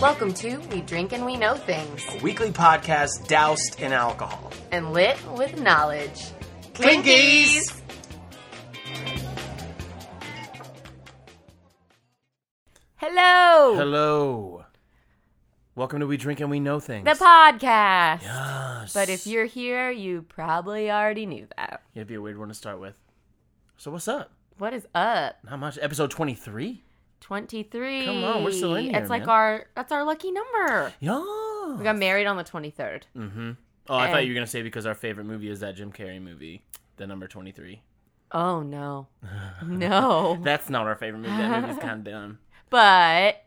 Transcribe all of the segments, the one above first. Welcome to We Drink and We Know Things a weekly podcast doused in alcohol. and Lit with Knowledge. Clinkies! Hello! Hello. Welcome to We Drink and We Know Things. The podcast. Yes. But if you're here, you probably already knew that. It'd be a weird one to start with. So what's up? What is up? Not much. Episode 23? 23. Come on, we're still in here, It's like man. our that's our lucky number. Yeah. We got married on the 23rd. Mm-hmm. Oh, I thought And- you were going to say because our favorite movie is that Jim Carrey movie, the number 23. Oh no. No. That's not our favorite movie. That movie's kind of dumb. but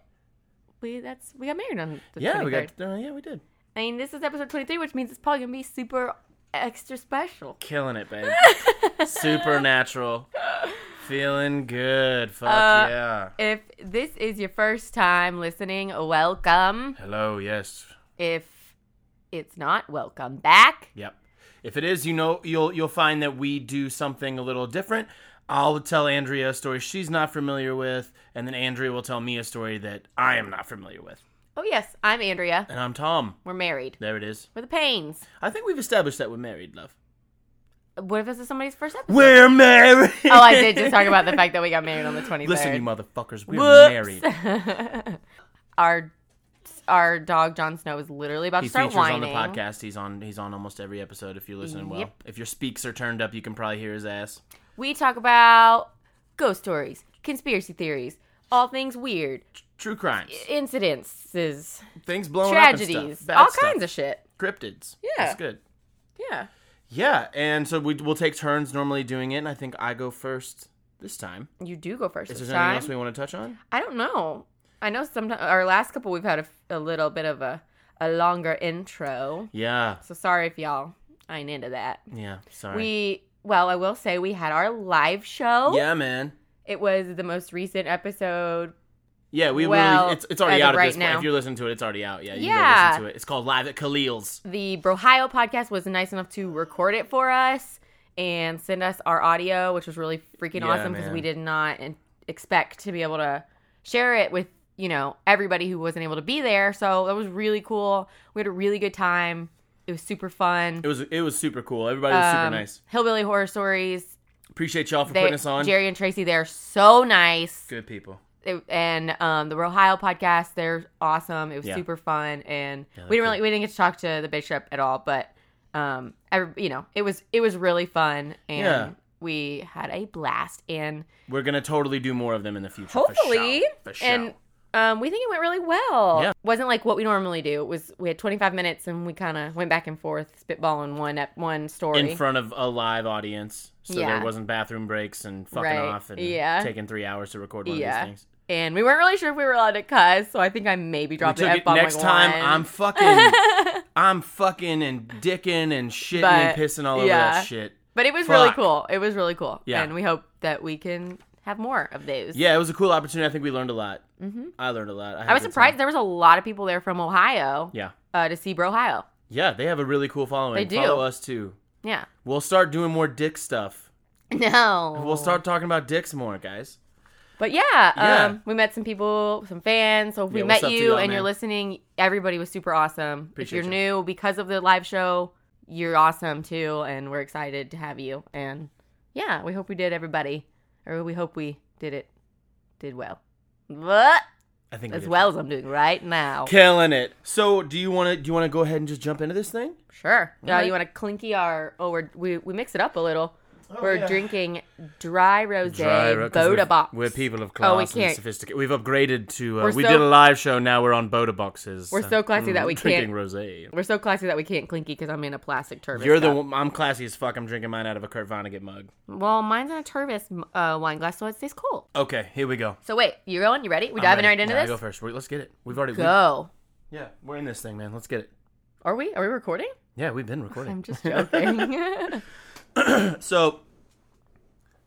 we that's we got married on the Yeah, 23rd. we got, uh, yeah, we did. I mean, this is episode 23, which means it's probably going to be super extra special. Killing it, babe. Supernatural. Feeling good. Fuck Uh, yeah. If this is your first time listening, welcome. Hello, yes. If it's not, welcome back. Yep. If it is, you know, you'll you'll find that we do something a little different. I'll tell Andrea a story she's not familiar with, and then Andrea will tell me a story that I am not familiar with. Oh, yes, I'm Andrea. And I'm Tom. We're married. There it is. We're the Pains. I think we've established that we're married, love. What if this is somebody's first episode? We're married. oh, I did just talk about the fact that we got married on the 23rd. Listen, you motherfuckers, we're married. married. our our dog Jon Snow is literally about He to start features on the whining. podcast. He's on. He's on almost every episode. If you're listening well, Yep. if your speaks are turned up, you can probably hear his ass. We talk about ghost stories, conspiracy theories, all things weird, True crimes, incidences, things blowing up, and tragedies, stuff. Bad all stuff. kinds of shit. cryptids. Yeah. that's good. Yeah. Yeah, and so we we'll take turns normally doing it, and I think I go first this time. You do go first Is this there anything time. else we want to touch on? I don't know. I know sometimes our last couple we've had a, a little bit of a, a longer intro. Yeah, So sorry if y'all ain't into that. yeah. Sorry. We well, I will say we had our live show. yeah, man. It was the most recent episode. Yeah, we Well, literally it's it's as already of out at right this point. now. If you're listening to it, it's already out. Yeah, you Yeah. can go listen to it. It's called Live at Khalil's. The Brohio podcast was nice enough to record it for us and send us our audio, which was really freaking Yeah, awesome because man. we did not in- expect to be able to share it with, you know, everybody who wasn't able to be there. So that was really cool. We had a really good time. It was super fun. It was it was super cool. Everybody was super Um, nice. Hillbilly horror stories. Appreciate y'all for They, putting us on. Jerry and Tracy, they're so nice. Good people. it, and um, the Rohio podcast. They're awesome. It was Yeah. super fun, and we Yeah, didn't they're really we didn't get to talk to the bishop at all, but um, every- you know, it was it was really fun, and Yeah. we had a blast, and We're gonna totally do more of them in the future. hopefully, for sure. For sure. and um, we think it went really well. Yeah. wasn't like what we normally do. It was we had 25 minutes, and we kind of went back and forth, spitballing one at one story. in front of a live audience, so Yeah. there wasn't bathroom breaks and fucking Right. off and Yeah. taking three hours to record one Yeah. of these things. and we weren't really sure if we were allowed to cuss, so I think I maybe We dropped the took f it- bomb. next like time once. I'm fucking I'm fucking and dicking and shitting and But, pissing all over yeah. that shit. But it was really Fuck. cool. It was really cool. Yeah. And we hope that we can have more of those. Yeah, it was a cool opportunity. I think we learned a lot. Mm-hmm. I learned a lot. had I a was good surprised time. there was a lot of people there from Ohio Yeah, uh, to see Brohio. yeah, they have a really cool following. They do. Follow us too. Yeah. We'll start doing more dick stuff. No. We'll start talking about dicks more, guys. But yeah, Yeah. Um, we met some people, some fans. So if we Yeah, met what's up to you y'all, and you're man? listening, everybody was super awesome. Appreciate if you. you're new because of the live show, you're awesome too. And we're excited to have you. And yeah, we hope we did everybody. Or we hope we did it, did well. But I think we as did well as I'm doing right now. killing it. So, do you want to do you want to go ahead and just jump into this thing? Sure. Uh-huh. Yeah, right. you want to clinky our? Oh, we're, we we mix it up a little. we're yeah. drinking dry rosé ro- 'cause Boda we've- box. We're people of class Oh, we and can't- sophisticated. We've upgraded to. Uh, We're we so- did a live show. Now we're on Boda boxes. We're so classy that we drinking can't- rosé. We're so classy that we can't clinky because I'm in a plastic turvis. You're the cup. one. I'm classy as fuck. I'm drinking mine out of a Kurt Vonnegut mug. well, mine's in a turvis m- uh, wine glass, so it stays cold. Okay, here we go. So wait, you going? You ready? We I'm diving ready. right into Yeah, I this. Go first. Wait, let's get it. We've already. we- Go. yeah, we're in this thing, man. Let's get it. Are we? Are we recording? Yeah, we've been I'm recording. just joking. so,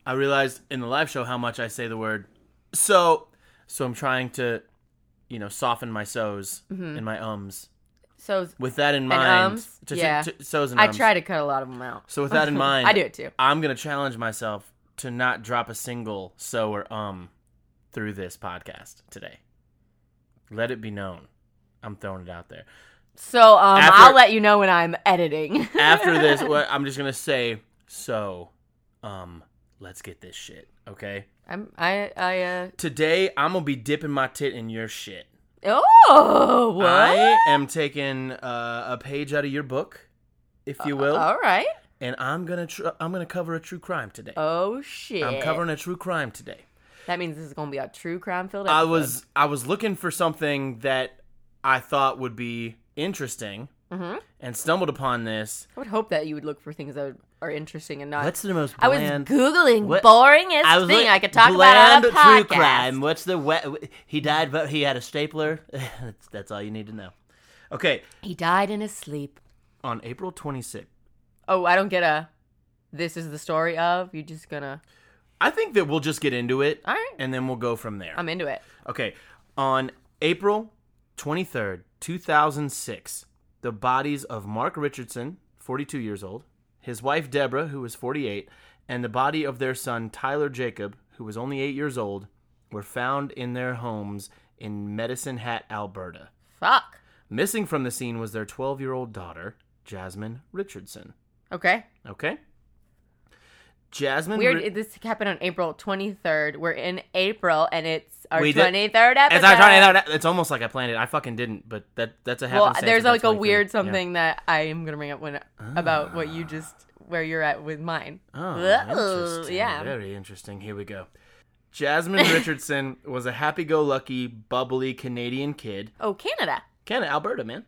I realized in the live show how much I say the word. So, so I'm trying to, you know, soften my so's and my ums. so With that in mind, Mm-hmm. ums? to- to- Yeah. to- so's and I ums. try to cut a lot of them out. So with that in mind, I do it too. I'm gonna challenge myself to not drop a single so or um through this podcast today. Let it be known. I'm throwing it out there. So um, After- I'll let you know when I'm editing. After this, what I'm just gonna say. So, um, let's get this shit, okay? I'm I I uh Today I'm gonna be dipping my tit in your shit. oh what? I am taking uh, a page out of your book, if you will, Uh, All right. and I'm gonna tr- I'm gonna cover a true crime today. Oh shit. I'm covering a true crime today. That means this is gonna be a true crime filled. I was I was looking for something that I thought would be interesting, Mhm. and stumbled upon this. I would hope that you would look for things that are interesting and not. What's the most I was bland? googling What- boringest thing like, I could talk about on bland a podcast. True crime. What's the we- he died? But he had a stapler. that's, that's all you need to know. Okay, He died in his sleep. on April 26th, Oh, I don't get a. This is the story of. You're just gonna. I think that we'll just get into it, All right. and then we'll go from there. I'm into it. Okay. On April 23rd, 2006, the bodies of Mark Richardson, 42 years old, his wife Deborah, who was 48, and the body of their son Tyler Jacob, who was only 8 years old, were found in their homes in Medicine Hat, Alberta. Fuck. Missing from the scene was their 12 year old daughter, Jasmine Richardson. Okay. Okay? Jasmine. Weird. Ri- this happened on April 23rd. We're in April, and it's our We did- 23rd episode. It's, not trying to- it's almost like I planned it. I fucking didn't, but that that's a Well, happenstance. there's that like a 23. weird Yeah. Ah. something that I am gonna bring up when about what you just where you're at with mine. Oh, Ooh, interesting. yeah. Very interesting. Here we go. Jasmine Richardson was a happy-go-lucky, bubbly Canadian kid. Oh, Canada. Canada, Alberta, man.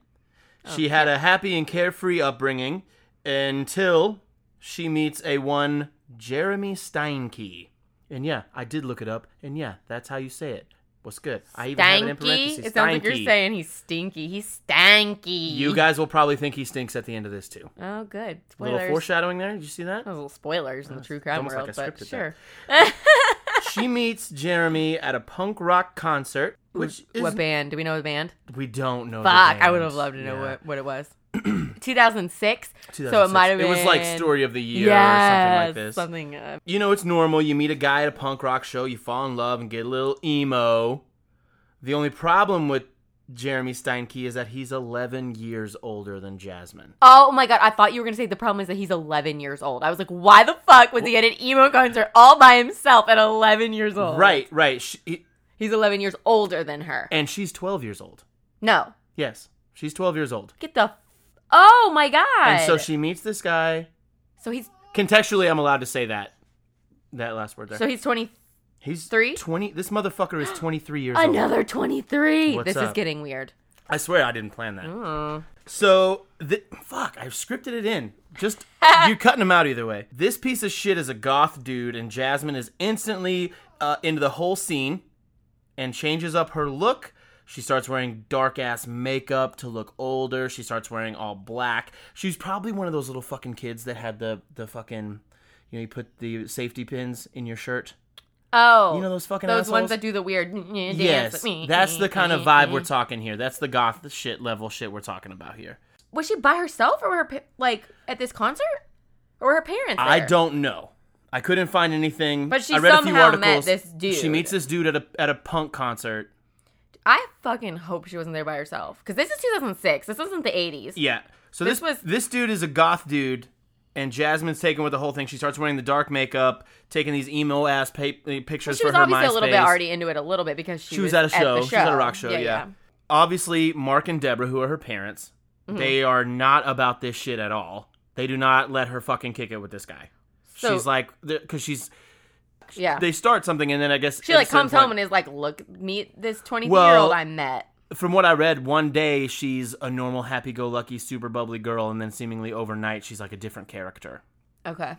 She had a happy and carefree upbringing until she meets a one Jeremy Steinke. And yeah, I did look it up, and yeah, that's how you say it. What's good? I even have it in Stanky. parentheses. It sounds like you're Steinke. saying E. he's stinky. He's stanky. You guys will probably think he stinks at the end of this too. Oh, good. A little Spoilers. foreshadowing there. Did you see that? Those little spoilers in the true crime almost like world, I but scripted sure. she meets Jeremy at a punk rock concert, which is what band? Do we know the band? we don't know. Oh, the Fuck, I band. would have loved to know Yeah. what, what it was. 2006? So it 2006. might have been. It was like story of the year or something like Yes, this. Something. Uh, You know, it's normal. You meet a guy at a punk rock show, you fall in love and get a little emo. The only problem with Jeremy Steinke is that he's 11 years older than Jasmine. oh my god! I thought you were gonna say the problem is that he's 11 years old. I was like, why the fuck was he at an emo concert all by himself at 11 years old? Right, right. She, he- He's 11 years older than her. and she's 12 years old. No, Yes, she's 12 years old. get the. Oh my god! And so she meets this guy. So he's Contextually, I'm allowed to say that. That last word there. so he's 20. He's Three? twenty. This motherfucker is twenty three years old. Another 23. What's this is up? getting weird. I swear I didn't plan that. Mm. So the fuck, I've scripted it in. Just you cutting him out either way. This piece of shit is a goth dude, and Jasmine is instantly uh, into the whole scene, and changes up her look. She starts wearing dark ass makeup to look older. She starts wearing all black. She's probably one of those little fucking kids that had the the fucking, you know, you put the safety pins in your shirt. Oh, You know those fucking those assholes? ones that do the weird dance. Yes, with- Mm-hmm. that's the kind of vibe we're talking here. That's the goth shit level shit we're talking about here. Was she by herself, or were her pa- like at this concert, or were her parents? I there? don't know. I couldn't find anything. But she I read a few somehow met articles. this dude. She meets this dude at a at a punk concert. I fucking hope she wasn't there by herself because this is 2006. This wasn't the 80s. Yeah. So This this, was- this dude is a goth dude, and Jasmine's taken with the whole thing. She starts wearing the dark makeup, taking these emo ass pa- uh, pictures She was for her obviously a little bit MySpace. already into it a little bit because she, She was at a show. the She was at a rock show. Yeah. Obviously, Mark and Deborah, who are her parents, Mm-hmm. they are not about this shit at all. They do not let her fucking kick it with this guy. So- she's like, because she's yeah. they start something, and then I guess she at a like certain comes point- home and is like, "Look, meet this 23 year Well- old I met." from what I read, one day she's a normal, happy-go-lucky, super bubbly girl, and then seemingly overnight she's like a different character. Okay.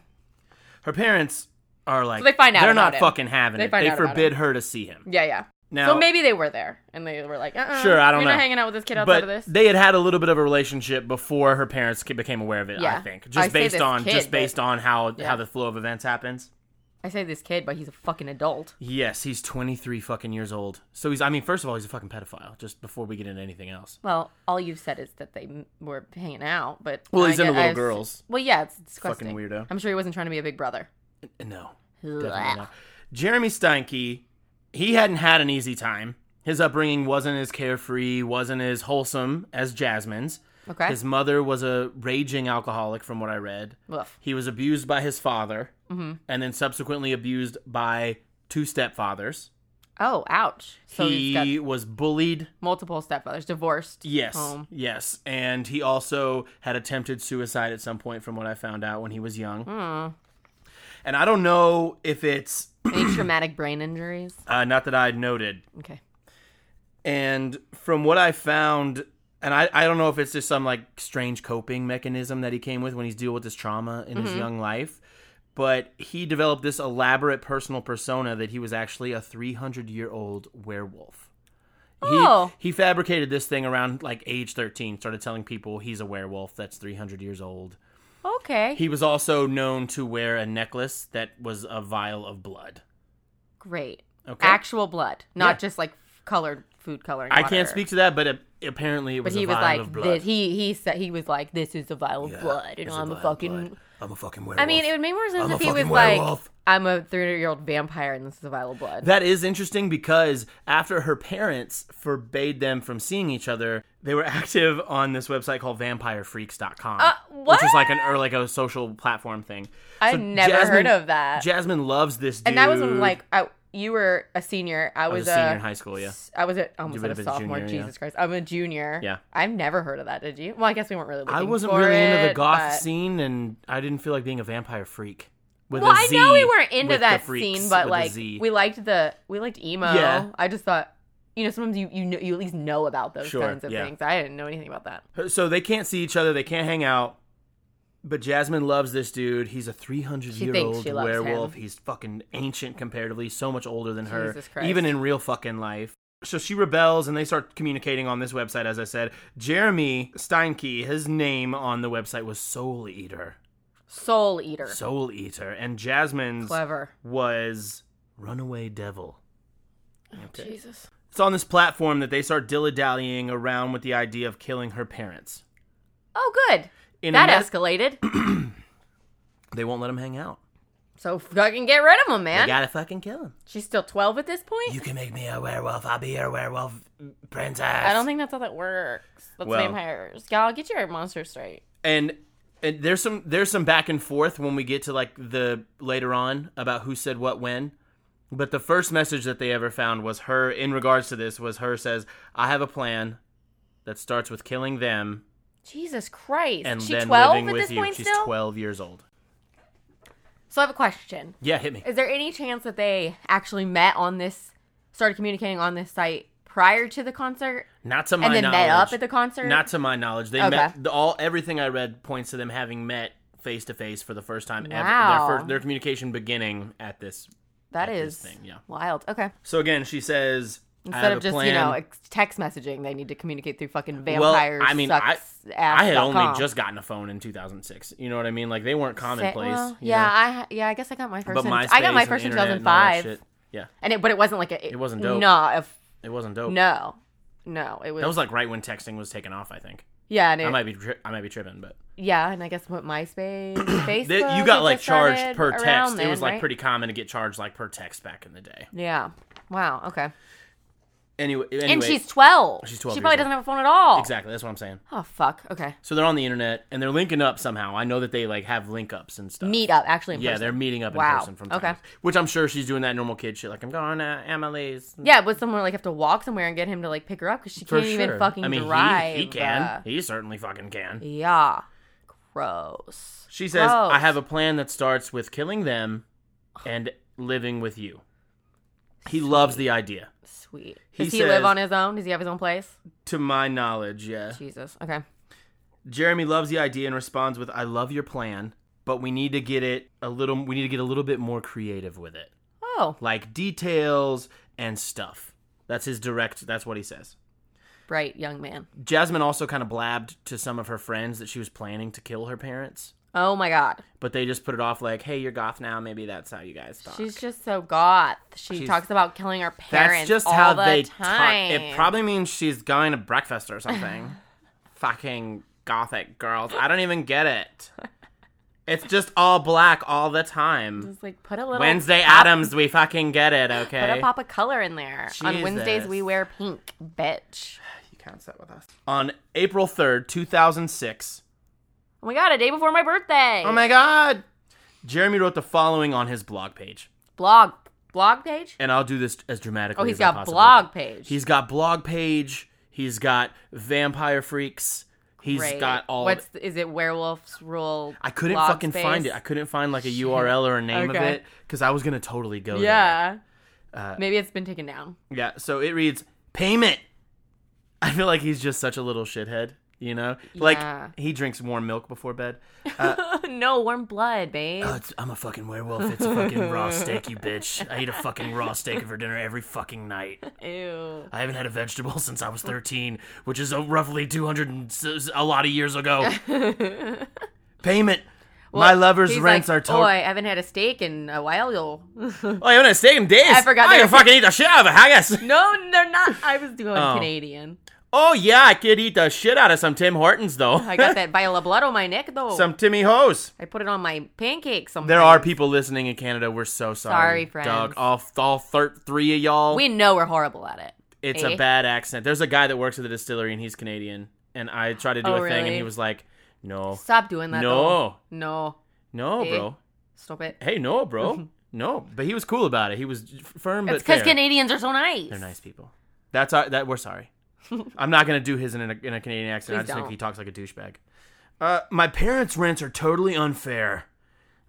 Her parents are like they find out they're about not him. fucking having They it. find They out about forbid her to see him. Yeah, yeah. Now, so maybe they were there and they were like, uh-uh, Sure, I don't you're not know. hanging out with this kid outside but of this. they had had a little bit of a relationship before her parents ca- became aware of it. Yeah. I think I just say based this on kid, just but- based on how Yeah. how the flow of events happens. I say this kid, but he's a fucking adult. Yes, he's 23 fucking years old. So he's I mean, first of all, he's a fucking pedophile. Just before we get into anything else. Well, all you've said is that they m- were hanging out, but Well, I he's into gue- little I- girls. Well, yeah, it's disgusting. weirdo. I'm sure he wasn't trying to be a big brother. No. Definitely not. Jeremy Steinke, he hadn't had an easy time. His upbringing wasn't as carefree, wasn't as wholesome as Jasmine's. Okay. His mother was a raging alcoholic, from what I read. Woof. He was abused by his father, Mm-hmm. and then subsequently abused by two stepfathers. Oh, ouch. So he he's got was bullied. multiple stepfathers, divorced. Yes, home. yes, and he also had attempted suicide at some point, from what I found out when he was young. And I don't know if it's Any traumatic brain injuries? uh, not that I noted, Okay. and from what I found, and I, I don't know if it's just some like strange coping mechanism that he came with when he's dealing with this trauma in Mm-hmm. his young life, but he developed this elaborate personal persona that he was actually a 300 year old werewolf. He, Oh. he fabricated this thing around like age 13, started telling people he's a werewolf that's 300 years old. Okay. He was also known to wear a necklace that was a vial of blood. Great. Okay. Actual blood, not Yeah. just like colored food coloring. I water. can't speak to that, but it, apparently it But was he a was vial like of blood. this. He he said he was like this is a vial of Yeah, blood, and it's I'm a vial fucking. blood. I'm a fucking werewolf. I mean, it would make more sense I'm a if he was fucking like, werewolf. I'm a 300 year old vampire, and this is a vial of blood. that is interesting because after her parents forbade them from seeing each other, they were active on this website called vampirefreaks.com, Uh, what? which is like an or like a social platform thing. I So never Jasmine- heard of that. Jasmine loves this dude. Uh, and that was when like I, you were a senior. I I was, was a senior in high school, yeah. I was a, I almost You said would've a been a sophomore. junior, yeah. Jesus Christ, I'm a junior. Yeah. I've never heard of that. Did you? Well, I guess we weren't really. Looking I wasn't for really it, into the goth but- scene and I didn't feel like being a vampire freak. With Well, a I know Z, we weren't into with that the freaks, scene, but with a like Z. we liked the we liked emo. Yeah. I just thought, you know, sometimes you you know, you at least know about those Sure, kinds of yeah. things. I didn't know anything about that. So they can't see each other. They can't hang out. But Jasmine loves this dude. He's a 300 year thinks old she loves werewolf. him. He's fucking ancient comparatively, so much older than her, Jesus Christ. even in real fucking life. So she rebels and they start communicating on this website, as I said. Jeremy Steinke, his name on the website was Soul Eater. Soul Eater, Soul Eater. And Jasmine's clever. was Runaway Devil. Jesus. It's on this platform that they start dilly dallying around with the idea of killing her parents. Oh, good. In a that mess- escalated. they won't let him hang out. so fucking get rid of him, You man. gotta fucking kill him. She's still twelve at this point. You can make me a werewolf. I'll be your werewolf princess. I don't think that's how that works. That's Well- vampires. Y'all get your monster straight. And and there's some there's some back and forth when we get to like the later on about who said what when. But the first message that they ever found was her in regards to this was her says, "I have a plan that starts with killing them Jesus Christ. and she then twelve living at with this you." point She's still. 12 years old. So I have a question. Yeah, hit me. Is there any chance that they actually met on this, started communicating on this site prior to the concert, Not to my and then knowledge. met up at the concert? Not to my knowledge. They Okay. met the, all everything I read points to them having met face to face for the first time Wow. ever. Their, first, their communication beginning at this. that at is this thing, yeah. wild. Okay. So again, she says I Instead have of a just plan. you know ex- text messaging, they need to communicate through fucking Well, vampires. I mean, I, sucks ass I had dot only com. just gotten a phone in 2006. You know what I mean? Like they weren't Say- commonplace. well, you yeah, know? I ha- yeah, I guess I got my first. but in, MySpace I got my and the first in internet and all that 2005, shit. Yeah, and it but it wasn't like a, It wasn't dope. No, if, it wasn't dope. no, no, it was, That was like right when texting was taken off. I think yeah, and it, I might be tri- I might be tripping, but yeah, and I guess what MySpace, Facebook, They- you it got like just charged started per around text. then, it was like right? pretty common to get charged like per text back in the day. Yeah. Wow. Okay. Anyway, anyway and she's 12. She's 12 She years probably old. doesn't have a phone at all. Exactly. That's what I'm saying. Oh, fuck. Okay. So they're on the internet and they're linking up somehow. I know that they like have link ups and stuff. Meet up, actually. In yeah, person. they're meeting up Wow. in person from time Okay. to- which I'm sure she's doing that normal kid shit. Like I'm going to Emily's. Yeah, but someone like have to walk somewhere and get him to like pick her up because she For can't even sure. fucking I mean, he- drive. He, can. uh, He certainly fucking can. yeah. Gross. She says, "I Gross. have a plan that starts with killing them and living with you." He loves the idea. Sweet. He Does he, live says- on his own? Does he have his own place? To my knowledge, yeah. Jesus. Okay. Jeremy loves the idea and responds with, "I love your plan, but we need to get it a little. We need to get a little bit more creative with it, Oh, like details and stuff." That's his direct. That's what he says. bright young man. Jasmine also kind of blabbed to some of her friends that she was planning to kill her parents, Oh my God. but they just put it off like, "Hey, you're goth now. Maybe that's how you guys talk." She's just so goth. She She's- talks about killing her that's parents. just all how the they time. talk. It probably means she's going to breakfast or something. Fucking gothic girls. I don't even get it. It's just all black all the time. Just like put a little Wednesday pop- Adams, we fucking get it, Put a okay? pop of color in there. On Wednesdays Jesus. we wear pink, bitch. You can't sit with us. On April 3rd, 2006. Oh my god, a day before my birthday. Oh my god! Jeremy wrote the following on his blog page. blog blog page. And I'll do this as dramatically Oh, he's as I got possibly blog page. He's got blog page. He's got vampire freaks. He's Great. got all. What's is it? Werewolves rule. I couldn't blog fucking find space? it. I couldn't find like a URL or a name of Okay. it because I was gonna totally go. yeah. Uh, Maybe it's been taken down. There. Yeah. So it reads payment. I feel like he's just such a little shithead. You know, Yeah. like he drinks warm milk before bed. no warm blood, babe. Oh, it's, I'm a fucking werewolf. It's a fucking raw steak, you bitch. I eat a fucking raw steak for dinner every fucking night. Ew. I haven't had a vegetable since I was 13, which is uh, roughly 200 and s- s- a lot of years ago. Payment. My lover's He's rents like, are Oh, Oh, total. I haven't had a steak in a while, y'all. no, I haven't had steak in days. I forgot I they can were- fucking eat the shit out of a haggis. they're not. I was doing Oh. Canadian. Oh yeah, I could eat the shit out of some Tim Hortons though. I got that vial of blood on my neck, though. some Timmy Hoes. I put it on my pancakes. Sometimes. There are people listening in Canada. We're so sorry. Sorry, friends. Doug, all, all thir- three of y'all. We know we're horrible at it. it's eh? a bad accent. There's a guy that works at the distillery and he's Canadian. And I tried to do Oh, a thing and really? he was like, "No, Stop doing that. No. though. no, no, Eh? bro." stop it. hey, no, bro, no. But he was cool about it. He was f- firm, It's but because fair. Canadians are so nice. They're nice people. That's our, that. We're sorry. I'm not gonna do his in a, in a Canadian accent. I Please just think don't. he talks like a douchebag. Uh, my parents' rents are totally unfair.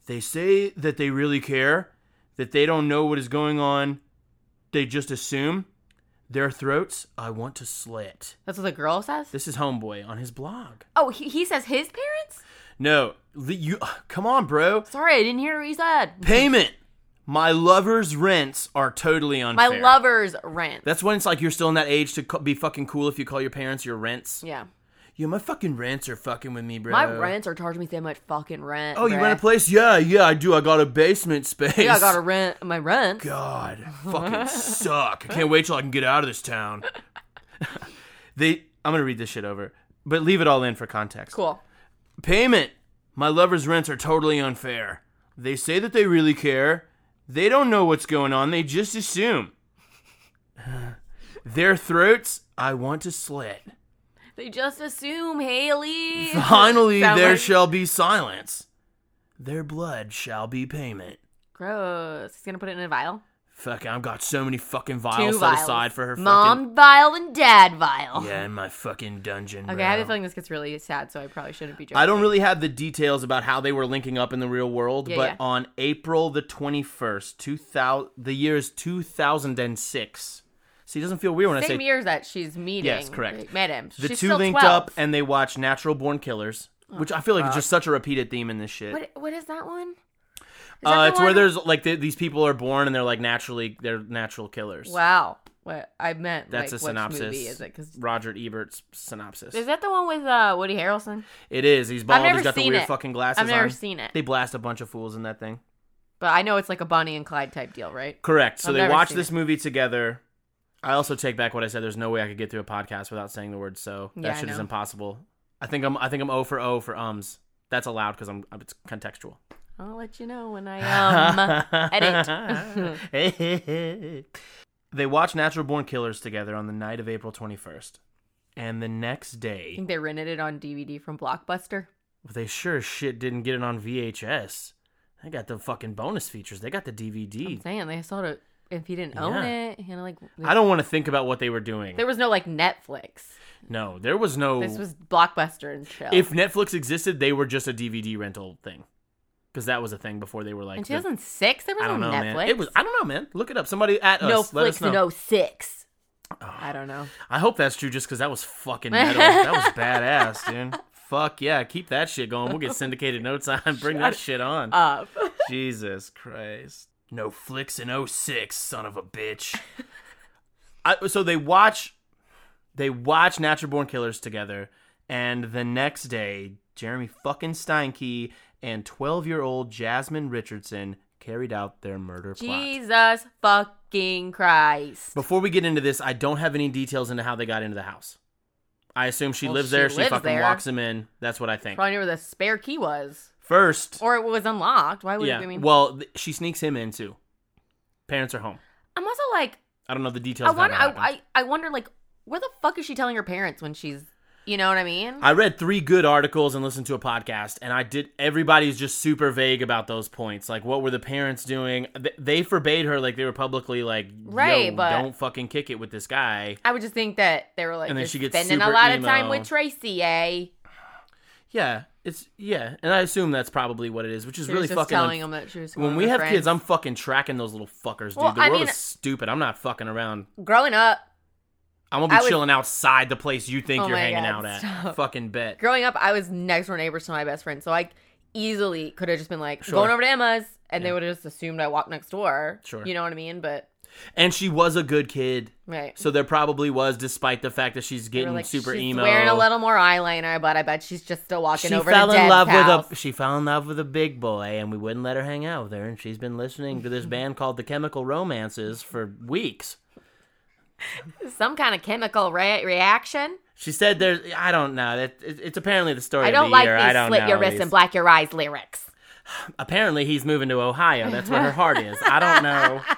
They say that they really care, that they don't know what is going on. They just assume their throats. I want to slit. That's what the girl says. This is homeboy on his blog. Oh, he, he says his parents? No, the, you come on, bro. Sorry, I didn't hear what he said. Payment. My lover's rents are totally My unfair. lover's rent. That's when it's like you're still in that age to co- be fucking cool if you call your parents your rents. yeah. Yo, my fucking rents are fucking with me, bro. My rents are charging me so much fucking rent. Oh, you bruh. rent a place? Yeah, yeah, I do. I got a basement space. Yeah, I gotta rent my rent. God, fucking suck. I can't wait till I can get out of this town. they, I'm gonna read this shit over, but leave it all in for context. Cool. Payment. My lover's rents are totally unfair. They say that they really care. They don't know what's going on. They just assume. Their throats, I want to slit. They just assume Haley. Finally, Sound there like- shall be silence. Their blood shall be payment. Gross. He's gonna put it in a vial. Fuck, I've got so many fucking Two vials set vials. aside for her Mom vial and dad vial. fucking. Yeah, in my fucking dungeon. Okay, bro. I have a feeling this gets really sad, so I probably shouldn't be joking. I don't really have the details about how they were linking up in the real world, Yeah, but yeah. on April the 21st, 2000, the year is 2006. See, it doesn't feel weird when I Same say years that she's meeting. Yes, correct. like, Met him. the she's two still linked 12. up and they watched Natural Born Killers, which I feel like is just such a repeated theme in this shit. What, what is that one? Is that uh, the it's where one- there's like th these people are born and they're like naturally they're natural killers. Wow. What I meant. That's like, a Which synopsis. movie is it? 'Cause- Roger Ebert's synopsis. is that the one with uh, Woody Harrelson? It is. He's bald. never He's got the seen weird it. fucking glasses I've never on. seen it. They blast a bunch of fools in that thing. But I know it's like a Bonnie and Clyde type deal, right? Correct. So I've they never watch seen this movie together. I also take back what I said. There's no way I could get through a podcast without saying the word so. That Yeah, I shit is know. impossible. I think I'm I think I'm 0 for 0 for ums. That's allowed because I'm it's contextual. I'll let you know when I um edit. they watch Natural Born Killers together on the night of April 21st. And the next I day, think they rented it on DVD from Blockbuster. they sure as shit didn't get it on VHS. They got the fucking bonus features. They got the DVD. Damn, they sold it. If he didn't own Mm. Yeah. it, you know, like I don't want to think about what they were doing. there was no like Netflix. No, there was no. This was Blockbuster and chill. if Netflix existed, they were just a DVD rental thing, because that was a thing before they were like. in the- 2006, there was I don't no know, Netflix. man. It was. I don't know, man. Look it up. Somebody at no us. Let us Flix know. Oh, in 06. I don't know. I hope that's true, just because that was fucking metal. that was badass, dude. Fuck yeah, keep that shit going. We'll get syndicated no time. Bring that shit on. Up. Jesus Christ. No flicks in 06, son of a bitch. I, so they watch they watch Natural Born Killers together and the next day Jeremy fucking Steinke and 12-year-old Jasmine Richardson carried out their murder plot. Jesus fucking Christ. Before we get into this, I don't have any details into how they got into the house. I assume she Well, lives she there, she lives fucking there. walks him in. That's what I think. Probably knew where the spare key was. First, Or it was unlocked. Why would yeah. it I mean? Well, th- she sneaks him in too. Parents are home. I'm also like, I don't know the details. I of how wonder, that happened. I, I, I wonder, like, where the fuck is she telling her parents when she's, you know what I mean? I read three good articles and listened to a podcast, and I did. Everybody's just super vague about those points. Like, what were the parents doing? Th- They forbade her, like they were publicly like, Right, "Yo, but- don't fucking kick it with this guy." I would just think that they were like, And then just she gets spending a super lot of emo. time with Tracy, eh? Yeah, it's yeah, and I assume that's probably what it is, which is She really was just fucking. un- telling them that she was. going when with we her have friends. kids, I'm fucking tracking those little fuckers, dude. Well, the I world mean- is stupid. I'm not fucking around. growing up. I'm gonna be I would- chilling outside the place you think Oh you're my hanging God, out at. stop. Fucking bet. Growing up, I was next door neighbors to my best friend, so I easily could have just been like Sure. going over to Emma's, and they Yeah. would have just assumed I walked next door. Sure. you know what I mean. But And she was a good kid, right, so there probably was, despite the fact that she's They were getting like, super she's emo. wearing a little more eyeliner, but I bet she's just still walking she over. fell to in Dad's love house. with a she fell in love with a big boy, and we wouldn't let her hang out with her. And she's been listening to this band called the Chemical Romances for weeks. some kind of chemical re- reaction. She said, "There's I don't know. It, it, it's apparently the story. I of don't the like year. these I don't slit know. your wrists He's- and black your eyes lyrics. Apparently, he's moving to Ohio. That's where her heart is. I don't know.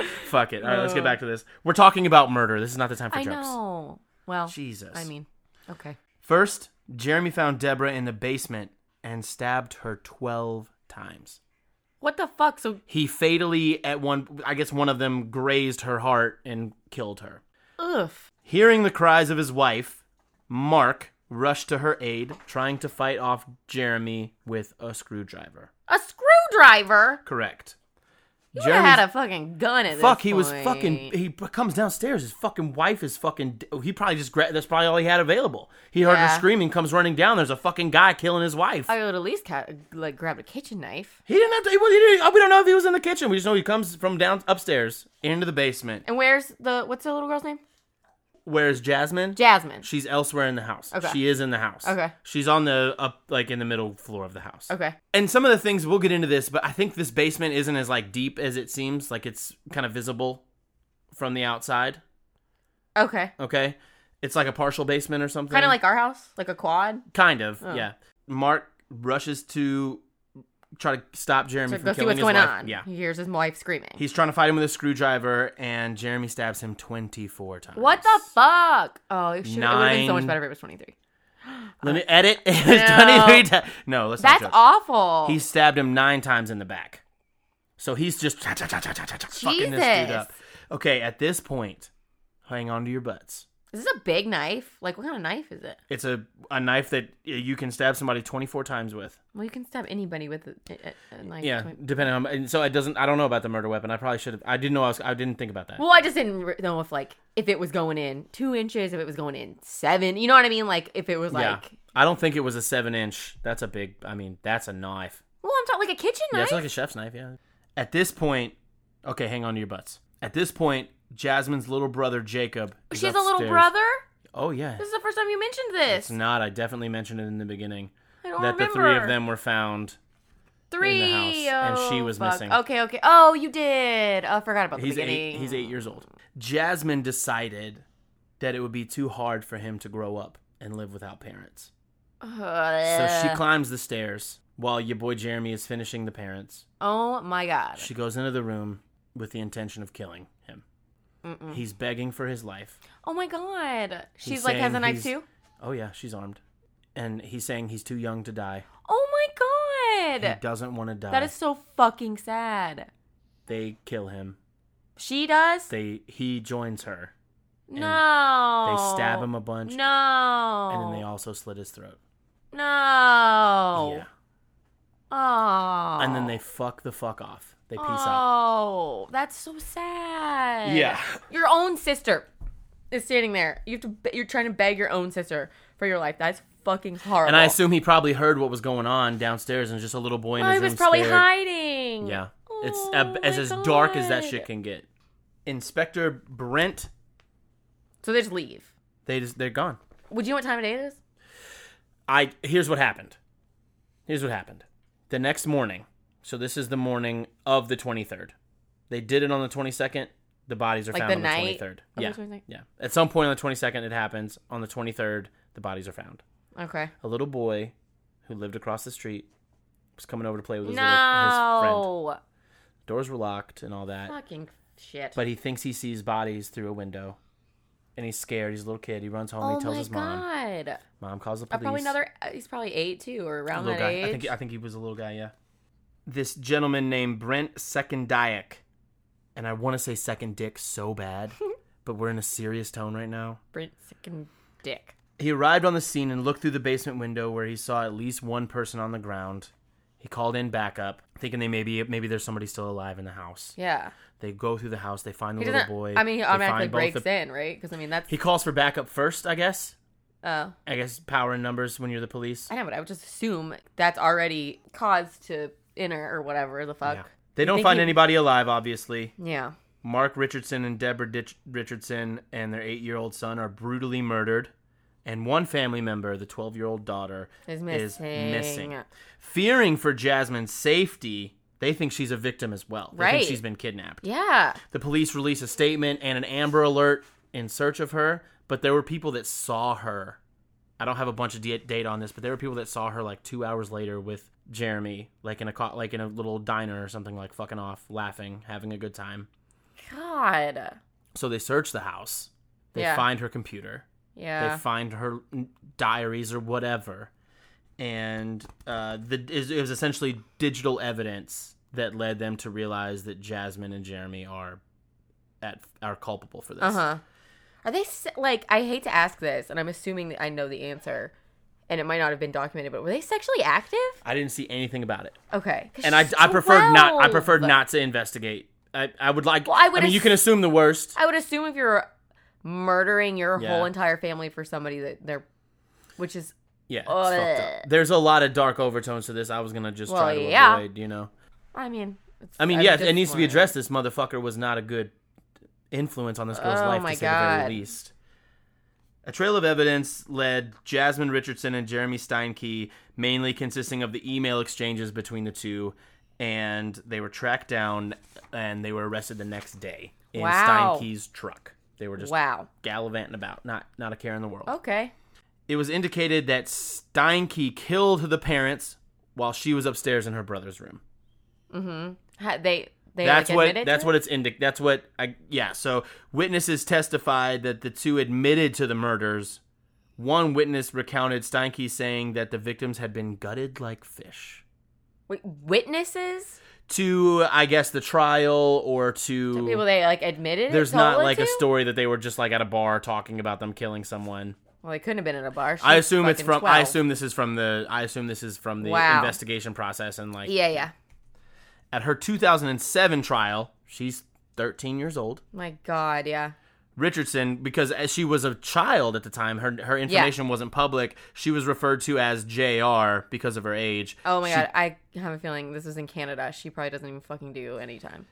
Fuck it. All right, let's get back to this. We're talking about murder. This is not the time for I jokes. know. Well, Jesus. I mean, okay. First, Jeremy found Deborah in the basement and stabbed her 12 times. What the fuck? So, He fatally, at one, I guess one of them grazed her heart and killed her. ugh. Hearing the cries of his wife, Mark rushed to her aid, trying to fight off Jeremy with a screwdriver. A screwdriver? Correct. You would've had a fucking gun at fuck. this He was point. fucking. He p- comes downstairs. His fucking wife is fucking. He probably just. Gra- that's probably all he had available. He heard Yeah. her screaming. Comes running down. There's a fucking guy killing his wife. I would at least ca- like grab a kitchen knife. He didn't have to. He, was- he didn't, we don't know if he was in the kitchen. We just know he comes from down upstairs into the basement. And where's the what's the little girl's name? Where's Jasmine? Jasmine. She's elsewhere in the house. Okay. She is in the house. Okay. She's on the up, like in the middle floor of the house. okay. And some of the things we'll get into this, but I think this basement isn't as like deep as it seems. Like it's kind of visible from the outside. Okay. Okay. It's like a partial basement or something. Kind of like Oh. our house, like a quad. Kind of. Yeah. Mark rushes to try to stop Jeremy So from go see killing what's his going wife. on. Yeah. He hears his wife screaming. He's trying to fight him with a screwdriver, and Jeremy stabs him 24 times. what the fuck? Oh, it, should, it would have been so much Nine- better if it was twenty three. Let me edit. It's 23 times. No, let's That's not joke. awful. He stabbed him nine times in the back. So he's just cha- cha- cha- cha- cha- cha- fucking this dude Jesus. up. Okay, at this point, hang on to your butts. Is this a big knife? Like what kind of knife is it? It's a, a knife that you can stab somebody 24 times with. Well, you can stab anybody with a, a, a knife. Yeah, uh, twen- depending on. And so it doesn't. I don't know about the murder weapon. I probably should have. I didn't know. I was. I didn't think about that. Well, I just didn't re- know if like if it was going in two inches, if it was going in seven. You know what I mean? Like if it was like. yeah. I don't think it was a seven inch. That's a big. I mean, that's a knife. Well, I'm talking like a kitchen Yeah, knife. it's like a chef's knife, yeah. At this point, okay, hang on to your butts. At this point, Jasmine's little brother Jacob. is she has a little upstairs. brother. Oh yeah. This is the first time you mentioned this. It's not. I definitely mentioned it in the beginning I don't that remember. the three of them were found. Three. in the house, and she oh, was fuck. missing. Okay, okay. Oh, you did. Oh, I forgot about the He's beginning. eight. He's eight years old. Jasmine decided that it would be too hard for him to grow up and live without parents. So Ugh. she climbs the stairs while your boy Jeremy is finishing the parents. oh my god. She goes into the room with the intention of killing him. Mm-mm. He's begging for his life. Oh my god. She's He's like has a saying knife he's- too. Oh yeah, she's armed. And he's saying he's too young to die. Oh my He god. doesn't want to die. That is so fucking sad. They kill him. She does. They he joins her. no. They stab him a bunch. Oh, No. And then they also slit his throat. No. Yeah. Oh. And then they fuck the fuck off. They peace out. Oh, that's so sad. Yeah. Your own sister is standing there. You have to. be- You're trying to beg your own sister for your life. That's fucking horrible. And I assume he probably heard what was going on downstairs, and just a little boy in Oh, his he room was probably stared. hiding. Yeah. It's Oh, ab- as my as dark as that God. shit can get. Inspector Brent, So they just leave. they just they're gone. Would you know what time of day it is? I here's what happened. Here's what happened. The next morning, so this is the morning of the 23rd. They did it on the 22nd. The bodies are Like found the on night the 23rd. of the yeah. 22nd? Yeah. At some point on the 22nd it happens. On the 23rd, the bodies are found. Okay. A little boy who lived across the street was coming over to play with his, little, his friend. No. Doors were locked and all that. Fucking shit. But he thinks he sees bodies through a window. And he's scared. He's a little kid. He runs home. and oh he tells my his mom. god. Mom calls the Uh, police. Probably another. uh, He's probably eight too, or around little that guy. age. I think I think he was a little guy. Yeah. This gentleman named Brent Secondayak, and I want to say Second Dick so bad, but we're in a serious tone right now. Brent second dick. He arrived on the scene and looked through the basement window where he saw at least one person on the ground. He called in backup, thinking they maybe maybe there's somebody still alive in the house. Yeah. They go through the house. They find the He little doesn't. boy. I mean, he they automatically find both breaks the- in, right? Because I mean, that's. He calls for backup first, I guess. uh, I guess power in numbers when you're the police. I know, but I would just assume that's already cause to enter or whatever the fuck. Yeah. They don't think find he- anybody alive, obviously. Yeah. Mark Richardson and Deborah Ditch- Richardson and their eight year old son are brutally murdered. And one family member, the 12 year old daughter, Is is missing. missing. Fearing for Jasmine's safety, they think she's a victim as well. They Right. think she's been kidnapped. Yeah. The police release a statement and an Amber Alert in search of her, but there were people that saw her. I don't have a bunch of da- data on this, but there were people that saw her like two hours later with Jeremy, like in a co- like in a little diner or something, like fucking off, laughing, having a good time. God. So they search the house. They Yeah. find her computer. Yeah. They find her diaries or whatever. And uh, the, it was essentially digital evidence that led them to realize that Jasmine and Jeremy are at are culpable for this. Uh huh. Are they se- like? I hate to ask this, and I'm assuming that I know the answer, and it might not have been documented. But were they sexually active? I didn't see anything about it, Okay. 'cause and I, she's I preferred not I 12. preferred not to investigate. I, I would like. Well, I would mean, you can assume the worst. I would assume if you're murdering your Yeah. whole entire family for somebody that they're, which is Yeah, it's fucked up. There's a lot of dark overtones to this. I was gonna just Well, try to yeah. avoid. You know. I mean. It's, I mean, yeah, just it needs to be wanted- addressed. This motherfucker was not a good influence on this girl's Oh life, my to say the God. very least. A trail of evidence led Jasmine Richardson and Jeremy Steinkey, mainly consisting of the email exchanges between the two, and they were tracked down and they were arrested the next day in Wow. Steinkey's truck. They were just Wow. Oh. gallivanting about, not not a care in the world. Okay. It was indicated that Steinke killed the parents while she was upstairs in her brother's room Mm-hmm. Ha- they they that's like, what admitted that's to what it's indic that's what I yeah so witnesses testified that the two admitted to the murders one witness recounted Steinke saying that the victims had been gutted like fish Wait, witnesses to I guess the trial or to The people they like admitted. there's it, told not it like a to? story that they were just like at a bar talking about them killing someone Well, they couldn't have been at a bar. I She's assume it's fucking from I 12. assume this is from the I assume this is from the Wow. investigation process and like Yeah, yeah. at her 2007 trial she's 13 years old My God, yeah. Richardson because as she was a child at the time, her her information wasn't public. She was referred to as Jr. because of her age. Oh my She- god, I have a feeling this is in Canada. She probably doesn't even fucking do any time.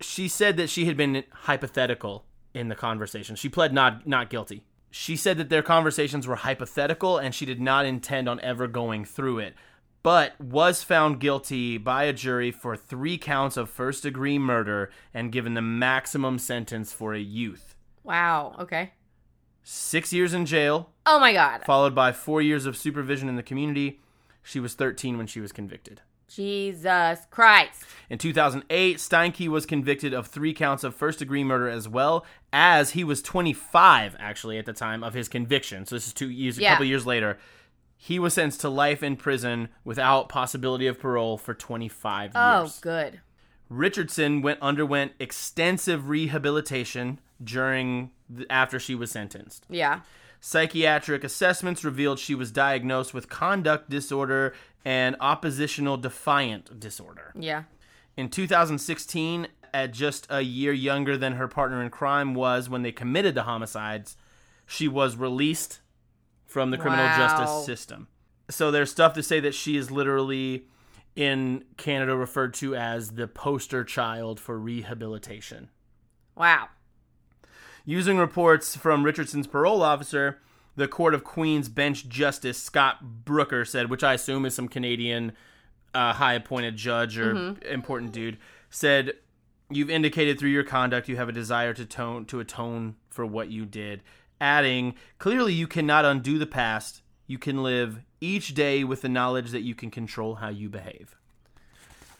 She said that she had been hypothetical in the conversation. She pled not not guilty. She said that their conversations were hypothetical and she did not intend on ever going through it, but was found guilty by a jury for three counts of first degree murder and given the maximum sentence for a youth. Wow. Okay. Six years in jail, Oh my god. followed by four years of supervision in the community. She was 13 when she was convicted. Jesus Christ. In 2008, Steinke was convicted of three counts of first degree murder as well, as he was 25 actually at the time of his conviction. So this is two years, a Yeah. couple years later. He was sentenced to life in prison without possibility of parole for 25 Oh, years. good. Richardson went underwent extensive rehabilitation during the, after she was sentenced. Yeah. Psychiatric assessments revealed she was diagnosed with conduct disorder and oppositional defiant disorder. Yeah. In 2016, at just a year younger than her partner in crime was when they committed the homicides, she was released from the criminal Wow. justice system. So there's stuff to say that she is literally in Canada referred to as the poster child for rehabilitation. Wow. Using reports from Richardson's parole officer, the Court of Queen's Bench Justice Scott Brooker said, which I assume is some Canadian uh, high appointed judge or important dude, said, You've indicated through your conduct you have a desire to, tone, to atone for what you did, adding, Clearly, you cannot undo the past. You can live each day with the knowledge that you can control how you behave.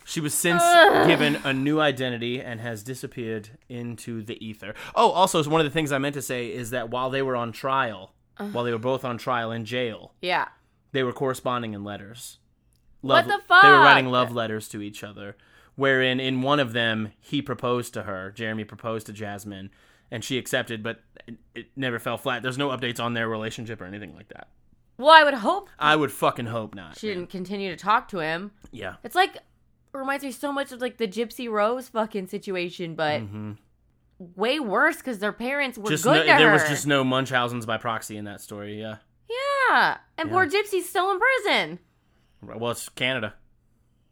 She was since given a new identity and has disappeared into the ether. Oh, also, one of the things I meant to say is that while they were on trial, while they were both on trial in jail, Yeah. they were corresponding in letters. What the They were fuck? writing love letters to each other, wherein in one of them he proposed to her. Jeremy proposed to Jasmine, and she accepted, but it, it never fell flat. There's no updates on their relationship or anything like that. Well, I would hope I would fucking hope not. she man. didn't continue to talk to him. Yeah. It's like reminds me so much of like the Gypsy Rose fucking situation, but way worse because their parents were Mm-hmm. Just good no, to there her. was just no Munchausen's by proxy in that story. Yeah. yeah, and poor Gypsy's still in prison. Right, Well, it's Canada.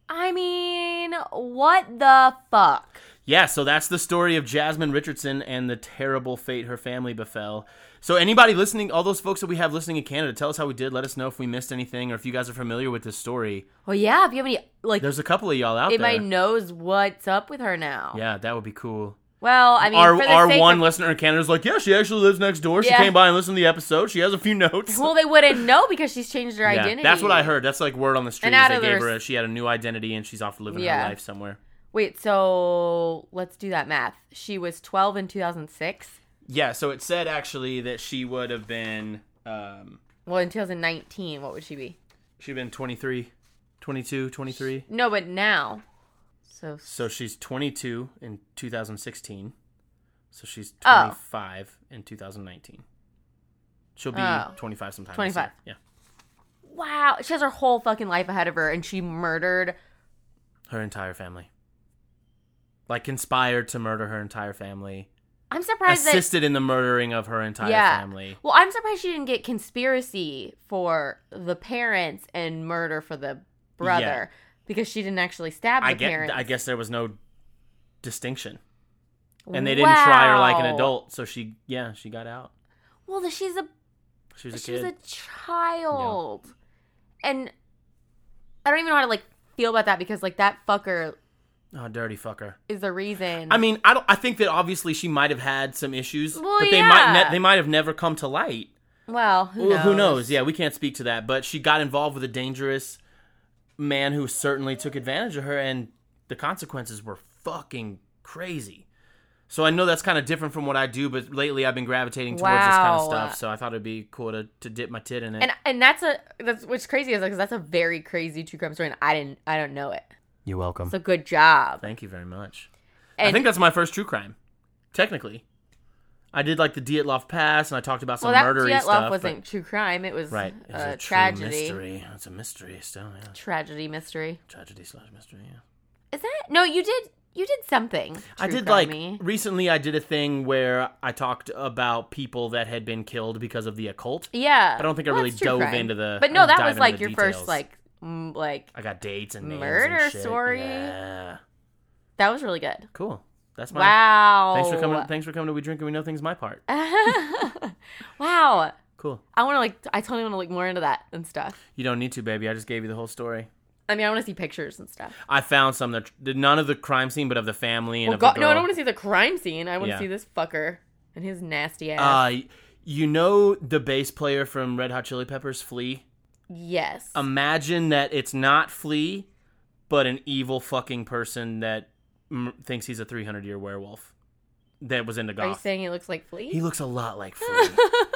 I mean, what the fuck? Yeah, so that's the story of Jasmine Richardson and the terrible fate her family befell. So, anybody listening, all those folks that we have listening in Canada, tell us how we did. Let us know if we missed anything or if you guys are familiar with this story. Well, yeah. If you have any, like, There's a couple of y'all out anybody there. knows what's up with her now. Yeah, that would be cool. Well, I mean, our for the our sake one of- listener in Canada's like, yeah, she actually lives next door. She Yeah. came by and listened to the episode. She has a few notes. well, they wouldn't know because she's changed her Yeah, identity. that's what I heard. That's like word on the street. And Is out they of gave their- her. A, she had a new identity and she's off living Yeah. her life somewhere. Wait, so let's do that math. She was 12 in 2006. Yeah, so it said actually that she would have been um Well, in 2019, what would she be? she'd been 23, 22, 23. No, but now. So So she's 22 in 2016. So she's Oh. 25 in 2019. She'll be Oh. 25 sometime. this 25. year. wow, she has her whole fucking life ahead of her, and she murdered. Yeah. Her entire family. Like conspired to murder her entire family. I'm surprised Assisted in the murdering of her that entire yeah. family. Well, I'm surprised she didn't get conspiracy for the parents and murder for the brother because she didn't actually stab the I get, parents. I guess there was no distinction. And they didn't try her like an Wow. adult, so she yeah, she got out. Well, the- she's a She was a she kid. was a child, and I don't even know how to like feel about that because like that fucker Oh, dirty fucker. is the reason. I mean, I don't. I think that obviously she might have had some issues, Well, but they might yeah. ne- they might have never come to light. well, who Well, knows? Who knows? Yeah, we can't speak to that. But she got involved with a dangerous man who certainly took advantage of her, and the consequences were fucking crazy. So I know that's kind of different from what I do, but lately I've been gravitating towards this kind of Wow. stuff. So I thought it'd be cool to, to dip my tit in it. And and that's a that's what's crazy is because that's a very crazy true crime story, and I didn't I don't know it. You're welcome. So good job. Thank you very much. I And- think that's my first true crime, technically. I did like the Dietloff Pass, and I talked about some Well, that murdery Diet stuff. Love but- wasn't true crime; it was right, a, it's a, true tragedy, mystery. It's a mystery still, yeah. tragedy mystery. Tragedy slash mystery. Yeah. Is that no? You did you did something. I true did crimey. like recently. I did a thing where I talked about people that had been killed because of the occult. yeah. I don't think I Well, really it's true dove crime. into the- But I no, didn't that dive was into like the your details. first like mm, like I got dates and names and Murder shit. story. Yeah. that was really good. Cool. That's my. Wow. Uh. Thanks for coming. Thanks for coming to We Drink and We Know Things. My part. wow. Cool. I want to like. I totally want to look more into that and stuff. You don't need to, baby. I just gave you the whole story. I mean, I want to see pictures and stuff. I found some that none of the crime scene, but of the family and Well, of the Oh, God, no, I girl. don't want to see the crime scene. I want to Yeah. see this fucker and his nasty ass. Uh, you know the bass player from Red Hot Chili Peppers, Flea. yes. Imagine that it's not Flea, but an evil fucking person that m- thinks he's a 300 year werewolf that was into Are you goth. saying he looks like Flea? he looks a lot like Flea.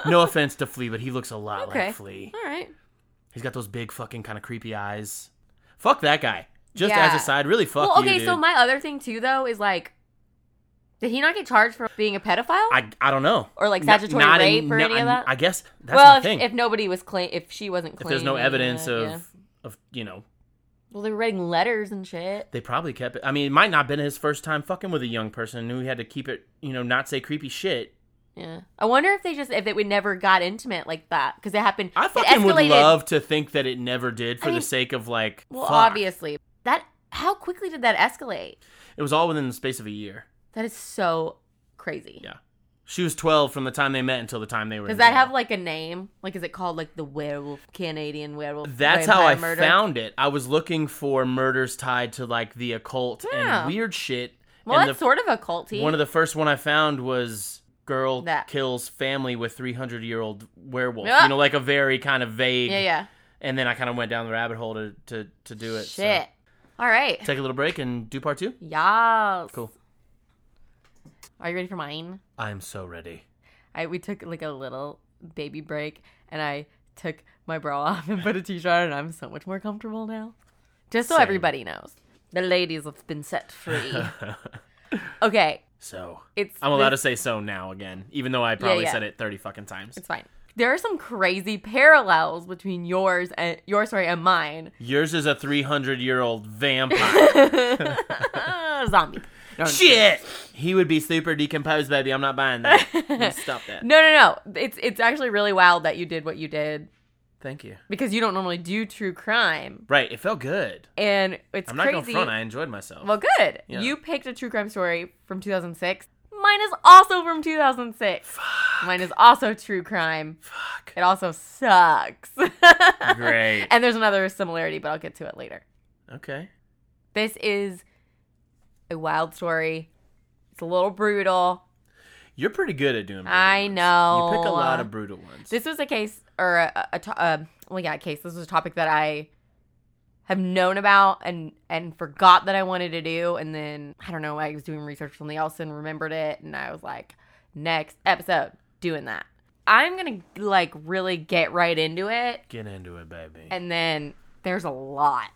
no offense to Flea, but he looks a lot Okay. like Flea. All right. He's got those big fucking kind of creepy eyes. Fuck that guy. Just Yeah. as a side, really fuck well, you, okay. dude. so my other thing too, though, is like, did he not get charged for being a pedophile I, I don't know. or like N- statutory not rape in- or no- any I- of that? I guess that's well, the if, thing. if nobody was claim, if she wasn't if claiming, there's no evidence it, of yeah. of you know well, they were writing letters and shit. they probably kept it i mean it might not have been his first time fucking with a young person and he had to keep it you know not say creepy shit Yeah, I wonder if they just if it would never got intimate like that because it happened. i it fucking would escalated- love to think that it never did for I the mean- sake of like Well, fuck. obviously that. How quickly did that escalate? it was all within the space of a year That is so crazy. Yeah. she was 12 from the time they met until the time they were Does in that jail. have like a name? Like, is it called like the werewolf Canadian werewolf? that's how I vampire murder? found it. I was looking for murders tied to like the occult Yeah. and weird shit. Well, and that's sort of a culty. One of the first one I found was girl That. kills family with 300 year old werewolf. Yeah. You know, like a very kind of vague. yeah, yeah. And then I kind of went down the rabbit hole to to, to do it. so. Shit. All right. Take a little break and do part two. Yas. Cool. Are you ready for mine? I'm so ready. I we took like a little baby break, and I took my bra off and put a t-shirt on, and I'm so much more comfortable now. Just so Same. everybody knows, the ladies have been set free. okay, so it's I'm allowed the- to say so now again, even though I probably yeah. said it 30 fucking times. It's fine. There are some crazy parallels between yours and your story and mine. Yours is a 300 year old vampire. Zombie. No, I'm Shit! He would be super decomposed, baby. I'm not buying that. You Stop that. No, no, no. It's it's actually really wild that you did what you did Thank you. because you don't normally do true crime, Right. It felt good. and it's I'm not going crazy. front. I enjoyed myself. well, good. Yeah. You picked a true crime story from 2006. Mine is also from 2006. Mine is also true crime. Fuck. It also sucks. Great. And there's another similarity, but I'll get to it later. Okay. This is a wild story. It's a little brutal. You're pretty good at doing brutal I ones. know. You pick a lot of brutal ones. This was a case, or a, a, to- um, well, yeah, a case. This was a topic that I have known about and and forgot that I wanted to do, and then I don't know. I was doing research for something else and remembered it, and I was like, next episode, doing that. I'm gonna like really get right into it, Get into it, baby. and then there's a lot.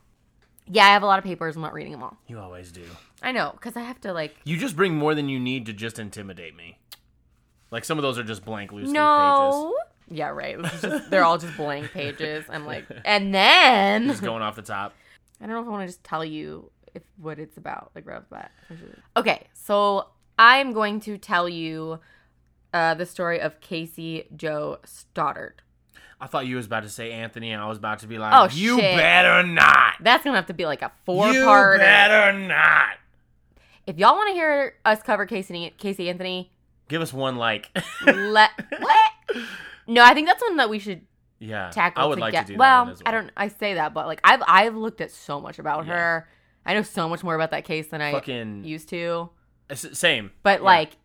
Yeah, I have a lot of papers. I'm not reading them all. you always do. I know, because I have to like You just bring more than you need to just intimidate me. Like some of those are just blank loose leaf pages. No. Yeah, right. This is just- they're all just blank pages. I'm like, and then Just going off the top. I don't know if I want to just tell you if what it's about, like right off the bat. Okay, so I'm going to tell you uh, the story of Casey Joe Stoddard. I thought you was about to say Anthony, and I was about to be like, Oh, "You shit. better not. That's gonna have to be like a four you part. better not." If y'all want to hear us cover Casey Casey Anthony, Give us one like. let what? No, I think that's one that we should yeah, tackle. I would like to toge- do that. well, one as well. I don't. I say that, but like I've I've looked at so much about Yeah. her. I know so much more about that case than I Fucking used to. s- same. But Yeah. like,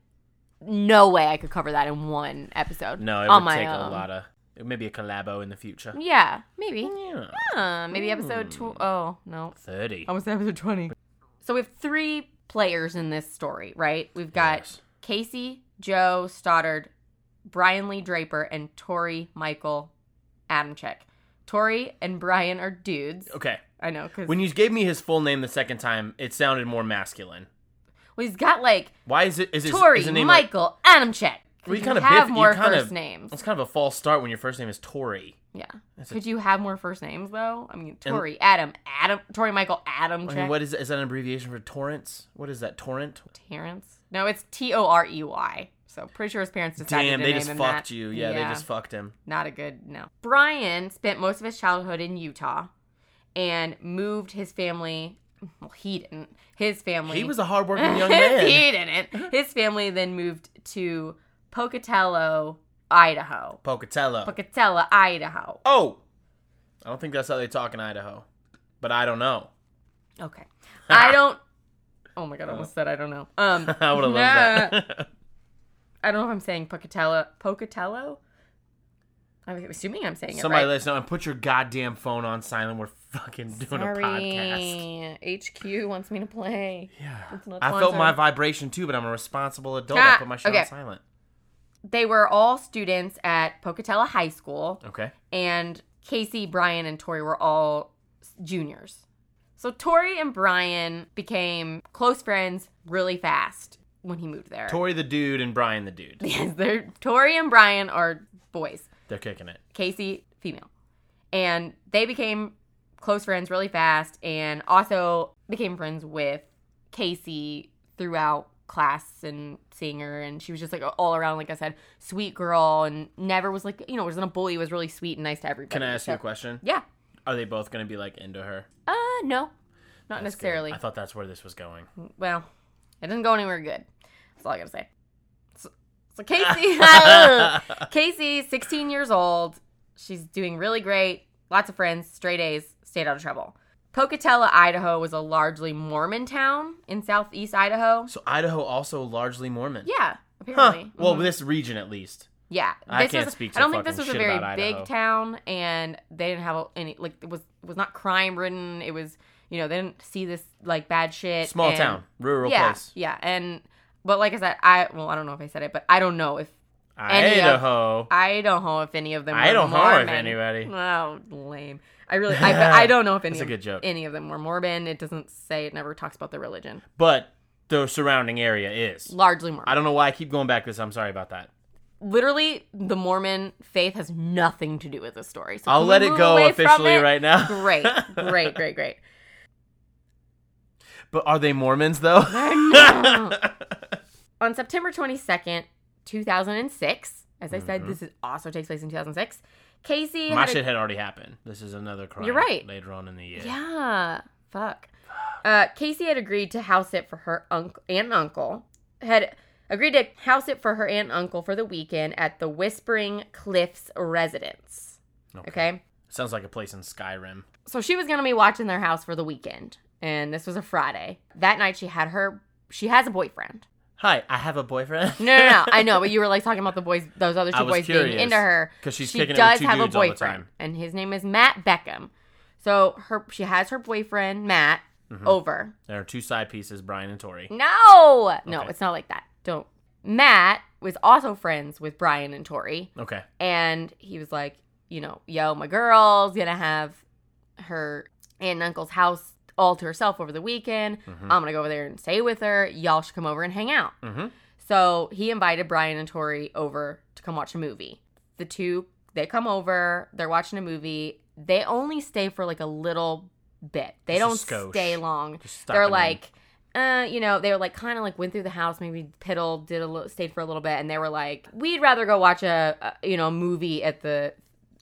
no way I could cover that in one episode. no, it on would my take a own. lot of maybe a collabo in the future. Yeah, maybe. Yeah, Huh, maybe episode Hmm. tw- Oh no, thirty. almost episode twenty. So we have three players in this story, right? We've got Yes. Casey, Joe Stoddard, Brian Lee Draper, and Tori Michael Adamchek. Tori and Brian are dudes. Okay. I know because When you gave me his full name the second time, it sounded more masculine. well, he's got like Why is it? Is his, Tori is his name like- Michael Adamchek. Well, you Could kind of have biff- you more kind of- first names. That's kind of a false start when your first name is Tori. Yeah. That's a- Could you have more first names though? I mean, Tori, Adam, Adam, Tori Michael, Adam, I Check, mean, what is is that an abbreviation for Torrance? What is that Torrent? Terrence. No, it's T O R E Y. So pretty sure his parents decided Damn, to they name just him fucked that. you. Yeah, they just fucked him. not a good no. Brian spent most of his childhood in Utah, and moved his family. Well, he didn't. His family. He was a hardworking young man. he didn't. His family then moved to Pocatello, Idaho. Pocatello. Pocatello, Idaho. oh, I don't think that's how they talk in Idaho, but I don't know. Okay. I don't. Oh my god! I almost said I don't know. Um, I would have loved that. I don't know if I'm saying Pocatello. Pocatello. I'm assuming I'm saying Somebody it right. let us know and put your goddamn phone on silent. We're fucking doing a podcast. HQ wants me to play. Yeah. It's not I felt my sponsored. vibration too, but I'm a responsible adult. Ah, I put my shit okay. on silent. They were all students at Pocatello High School, Okay. and Casey, Brian, and Tori were all s- juniors. So Tori and Brian became close friends really fast when he moved there. Tori the dude and Brian the dude. yes, they're Tori and Brian are boys. They're kicking it. Casey, female. And they became close friends really fast and also became friends with Casey throughout class and seeing her. And she was just like all around, like I said, sweet girl and never was like, you know, wasn't a bully, was really sweet and nice to everybody. Can I ask you a So- question? Yeah. Are they both going to be like into her? Uh, no, not That's good. necessarily. Mm-hmm. I thought that's where this was going. well, it doesn't go anywhere good. That's all I gotta say. So, so Casey, Casey, 16 years old. She's doing really great. Lots of friends, straight A's, stayed out of trouble. Pocatello, Idaho was a largely Mormon town in southeast Idaho. So Idaho also largely Mormon. Yeah, Huh. apparently. Well, Mhm. this region at least. yeah. I can't was, speak I don't to think this was fucking a shit very about big Idaho. town and they didn't have any like it was it was not crime ridden. It was you know, they didn't see this like bad shit. Small and- town, rural yeah, place. Yeah, and but like I said, I well, I don't know if I said it, but I don't know if Any of- Idaho. I don't know if any of them. Were I don't know if Mormon. anybody. Oh, lame. I really, I, but I don't know if any. That's a of- good joke. Any of them were Mormon. It doesn't say. It never talks about their religion. But the surrounding area is. Largely Mormon. I don't know why I keep going back to this. I'm sorry about that. Literally, the Mormon faith has nothing to do with this story. So I'll can let we it move go away from officially it? right now. Great, great, great, great. But are they Mormons though? On September 22nd, 2006, as I said, this is also takes place in 2006. Casey, Mm-hmm. My had a- shit had already happened. This is another crime. You're right. Later on in the year. Yeah. Fuck. Uh, Casey had agreed to house it for her uncle aunt and uncle. Had agreed to house it for her aunt and uncle for the weekend at the Whispering Cliffs residence. Okay. Okay. Sounds like a place in Skyrim. So she was gonna be watching their house for the weekend, and this was a Friday. That night she had her. She has a boyfriend. Hi, I have a boyfriend. No, no, no. I know, but you were like talking about the boys, those other I two was boys being curious, into her. 'cause she's she kicking it with does two have a dudes all the boyfriend, time. and his name is Matt Beckham. So her, she has her boyfriend Matt Mm-hmm. over. there are two side pieces, Brian and Tori. No, no, Okay. it's not like that. Don't. Matt was also friends with Brian and Tori, Okay. and he was like, you know, yo, my girl's gonna have her aunt and uncle's house all to herself over the weekend. Mhm. I'm gonna go over there and stay with her. Y'all should come over and hang out. Mm-hmm. So he invited Brian and Tori over to come watch a movie. The two, they come over, they're watching a movie. They only stay for like a little bit. They Just a skosh. don't stay long. Just They're stopping in. like, uh, you know, they were like kind of like went through the house, maybe piddled, did a little, stayed for a little bit, and they were like, we'd rather go watch a, a you know a movie at the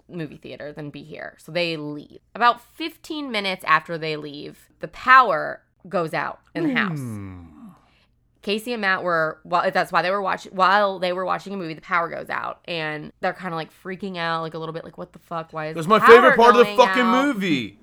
movie theater than be here. So they leave. About 15 minutes after they leave, the power goes out in the house. Mm. Casey and Matt were well. That's why they were watching. While they were watching a movie, the power goes out, and they're kind of like freaking out, like a little bit, like what the fuck? Why is It was the my power favorite part of the going fucking out? movie.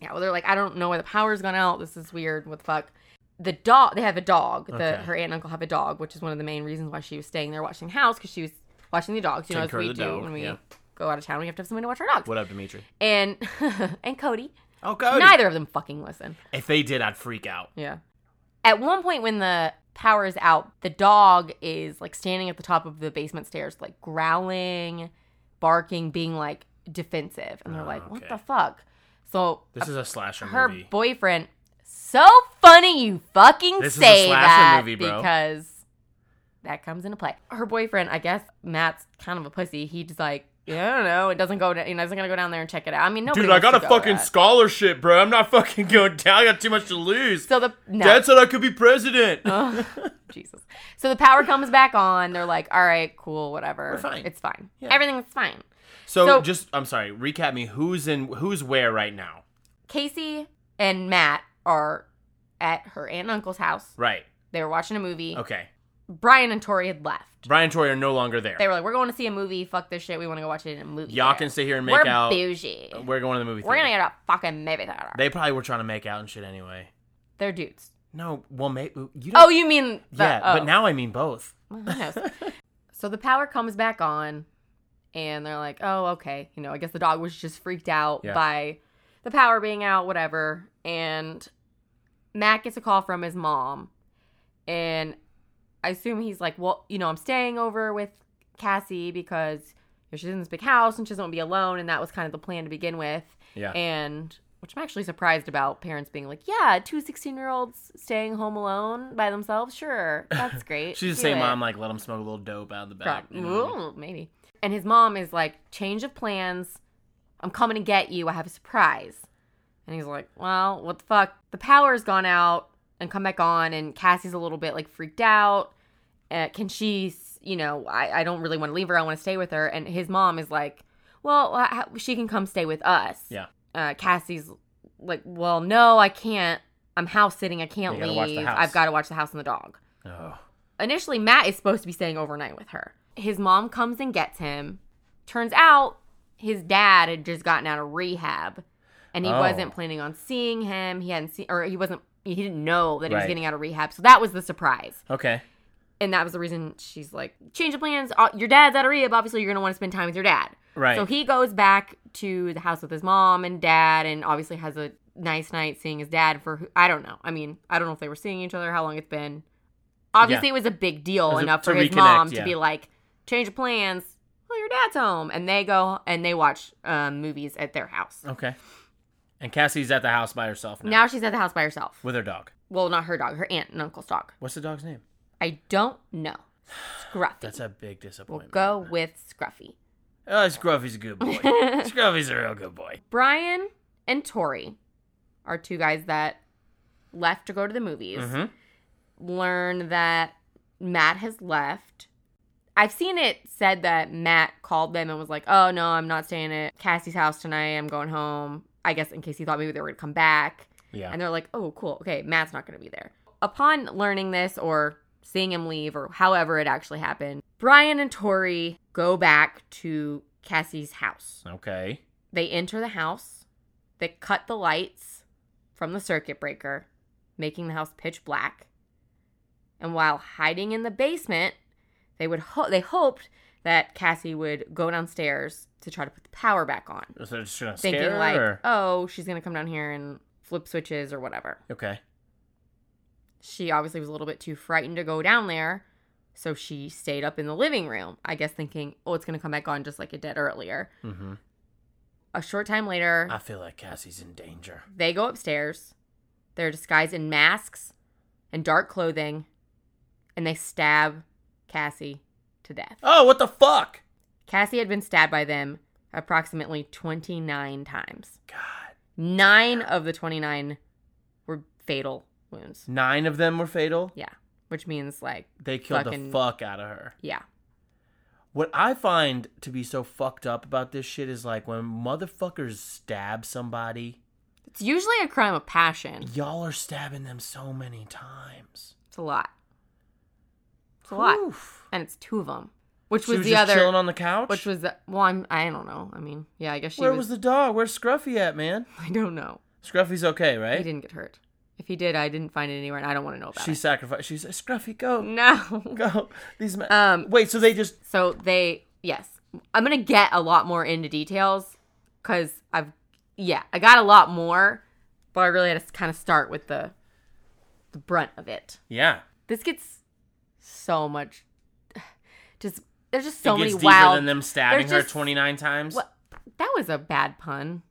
Yeah, well, they're like, I don't know why the power's gone out. This is weird. What the fuck? The dog. They have a dog. The Okay. her aunt and uncle have a dog, which is one of the main reasons why she was staying there watching the house because she was watching the dogs. You know, as Take care we do of the dog, when we yeah. go out of town, we have to have someone to watch our dogs. What up, Dimitri? And and Cody. Oh, Cody. Neither of them fucking listen. If they did, I'd freak out. Yeah. At one point when the power is out, the dog is like standing at the top of the basement stairs, like growling, barking, being like defensive. And they're Oh, like, what okay. the fuck? So This is a slasher her movie. boyfriend, so funny you fucking This is a say slasher that movie, bro. because that comes into play. Her boyfriend, I guess Matt's kind of a pussy. He just like, yeah, I don't know. It doesn't go. To, he doesn't gonna go down there and check it out. I mean, nobody. Dude, I wants got to a go fucking that. scholarship, bro. I'm not fucking going down. I got too much to lose. so the no. Uh-huh. Dad said I could be president. Ugh, Jesus. So the power comes back on. They're like, all right, cool, whatever. We're fine. It's fine. Yeah. Everything's fine. So, So- just I'm sorry, recap me who's in who's where right now. Casey and Matt are at her aunt and uncle's house. Right. They were watching a movie. Okay. Brian and Tori had left. Brian and Troy are no longer there. They were like, we're going to see a movie. Fuck this shit. We want to go watch it in a movie. Y'all theater. can sit here and make We're out. bougie. We're, We're going to the movie theater. going to get a fucking movie theater. They probably were trying to make out and shit anyway. They're dudes. No, well maybe you don't Oh, you mean the, Yeah, oh. but now I mean both. Well, who knows? so the power comes back on, and they're like, "Oh, okay." You know, I guess the dog was just freaked out Yeah. by the power being out, whatever. And Matt gets a call from his mom, and I assume he's like, "Well, you know, I'm staying over with Cassie because you know, she's in this big house and she doesn't want to be alone, and that was kind of the plan to begin with." Yeah. And which I'm actually surprised about parents being like, yeah, two 16 year olds staying home alone by themselves. Sure. That's great. She's the Do same it." mom, like let him smoke a little dope out of the Prob- back. you know? Ooh, maybe. And his mom is like, change of plans. I'm coming to get you. I have a surprise. And he's like, well, what the fuck? The power's gone out and come back on. And Cassie's a little bit like freaked out. Uh, can she, s- you know, I, I don't really want to leave her. I want to stay with her. And his mom is like, well, h- how- she can come stay with us. Yeah. Uh, Cassie's like, well, no, I can't. I'm house sitting. I can't You gotta watch the leave. house. I've got to watch the house and the dog Oh. initially Matt is supposed to be staying overnight with her. His mom comes and gets him. Turns out his dad had just gotten out of rehab and he Oh. wasn't planning on seeing him. He hadn't seen or he wasn't he didn't know that he was Right. getting out of rehab. So that was the surprise. Okay. And that was the reason she's like, change of plans. Uh, Your dad's out of rehab. Obviously, you're going to want to spend time with your dad. Right. So he goes back to the house with his mom and dad and obviously has a nice night seeing his dad for who, I don't know. I mean, I don't know if they were seeing each other, how long it's been. Obviously, it was a big deal As a- enough to for his reconnect, mom yeah. to be like, change of plans. Well, your dad's home, and they go and they watch um, movies at their house. Okay. And Cassie's at the house by herself now, Now she's at the house by herself. with her dog. Well, not her dog, her aunt and uncle's dog. What's the dog's name? I don't know. Scruffy. That's a big we'll disappointment. go with Scruffy. Oh, Scruffy's a good boy. Scruffy's a real good boy. Brian and Tori are two guys that left to go to the movies. Mhm. Learn that Matt has left. I've seen it said that Matt called them and was like, "Oh no, I'm not staying at Cassie's house tonight. I'm going home." I guess in case he thought maybe they were gonna come back. Yeah. And they're like, "Oh, cool. Okay, Matt's not gonna be there." Upon learning this or seeing him leave or however it actually happened, Brian and Tori go back to Cassie's house Okay. they enter the house, they cut the lights from the circuit breaker, making the house pitch black. And while hiding in the basement, they would ho- they hoped that Cassie would go downstairs to try to put the power back on, So they're just gonna thinking scare her. like, or- "Oh, she's going to come down here and flip switches or whatever." Okay. She obviously was a little bit too frightened to go down there, so she stayed up in the living room, I guess thinking, "Oh, it's going to come back on just like it did earlier." hmm A short time later, I feel like Cassie's in danger. They go upstairs. They're disguised in masks and dark clothing, and they stab Cassie to death. Oh, what the fuck? Cassie had been stabbed by them approximately 29 times. God. Nine of the 29 were fatal wounds. Nine of them were fatal. Yeah. Which means, like, They killed Fucking- the fuck out of her. yeah. What I find to be so fucked up about this shit is like when motherfuckers stab somebody, It's usually a crime of passion. y'all are stabbing them so many times. It's a lot. It's a lot. Oof. And it's two of them. Which She was, was the just other. chilling on the couch. which was the. Well, I'm, I don't know. I mean, yeah, I guess she Where was. was the dog? Where's Scruffy at, man? I don't know. Scruffy's okay, He right? didn't get hurt. If he did, I didn't find it anywhere, and I don't want to know about She it. sacrificed. Eh? She's like, Scruffy, go, No. go. These men. Um. Wait, so they just So they, yes, I'm gonna get a lot more into details because I've, yeah, I got a lot more, but I really had to kind of start with the, the brunt of it. yeah. This gets so much, just there's just so it many gets deeper wild. than them stabbing They're her just- twenty nine times. What? That was a bad pun.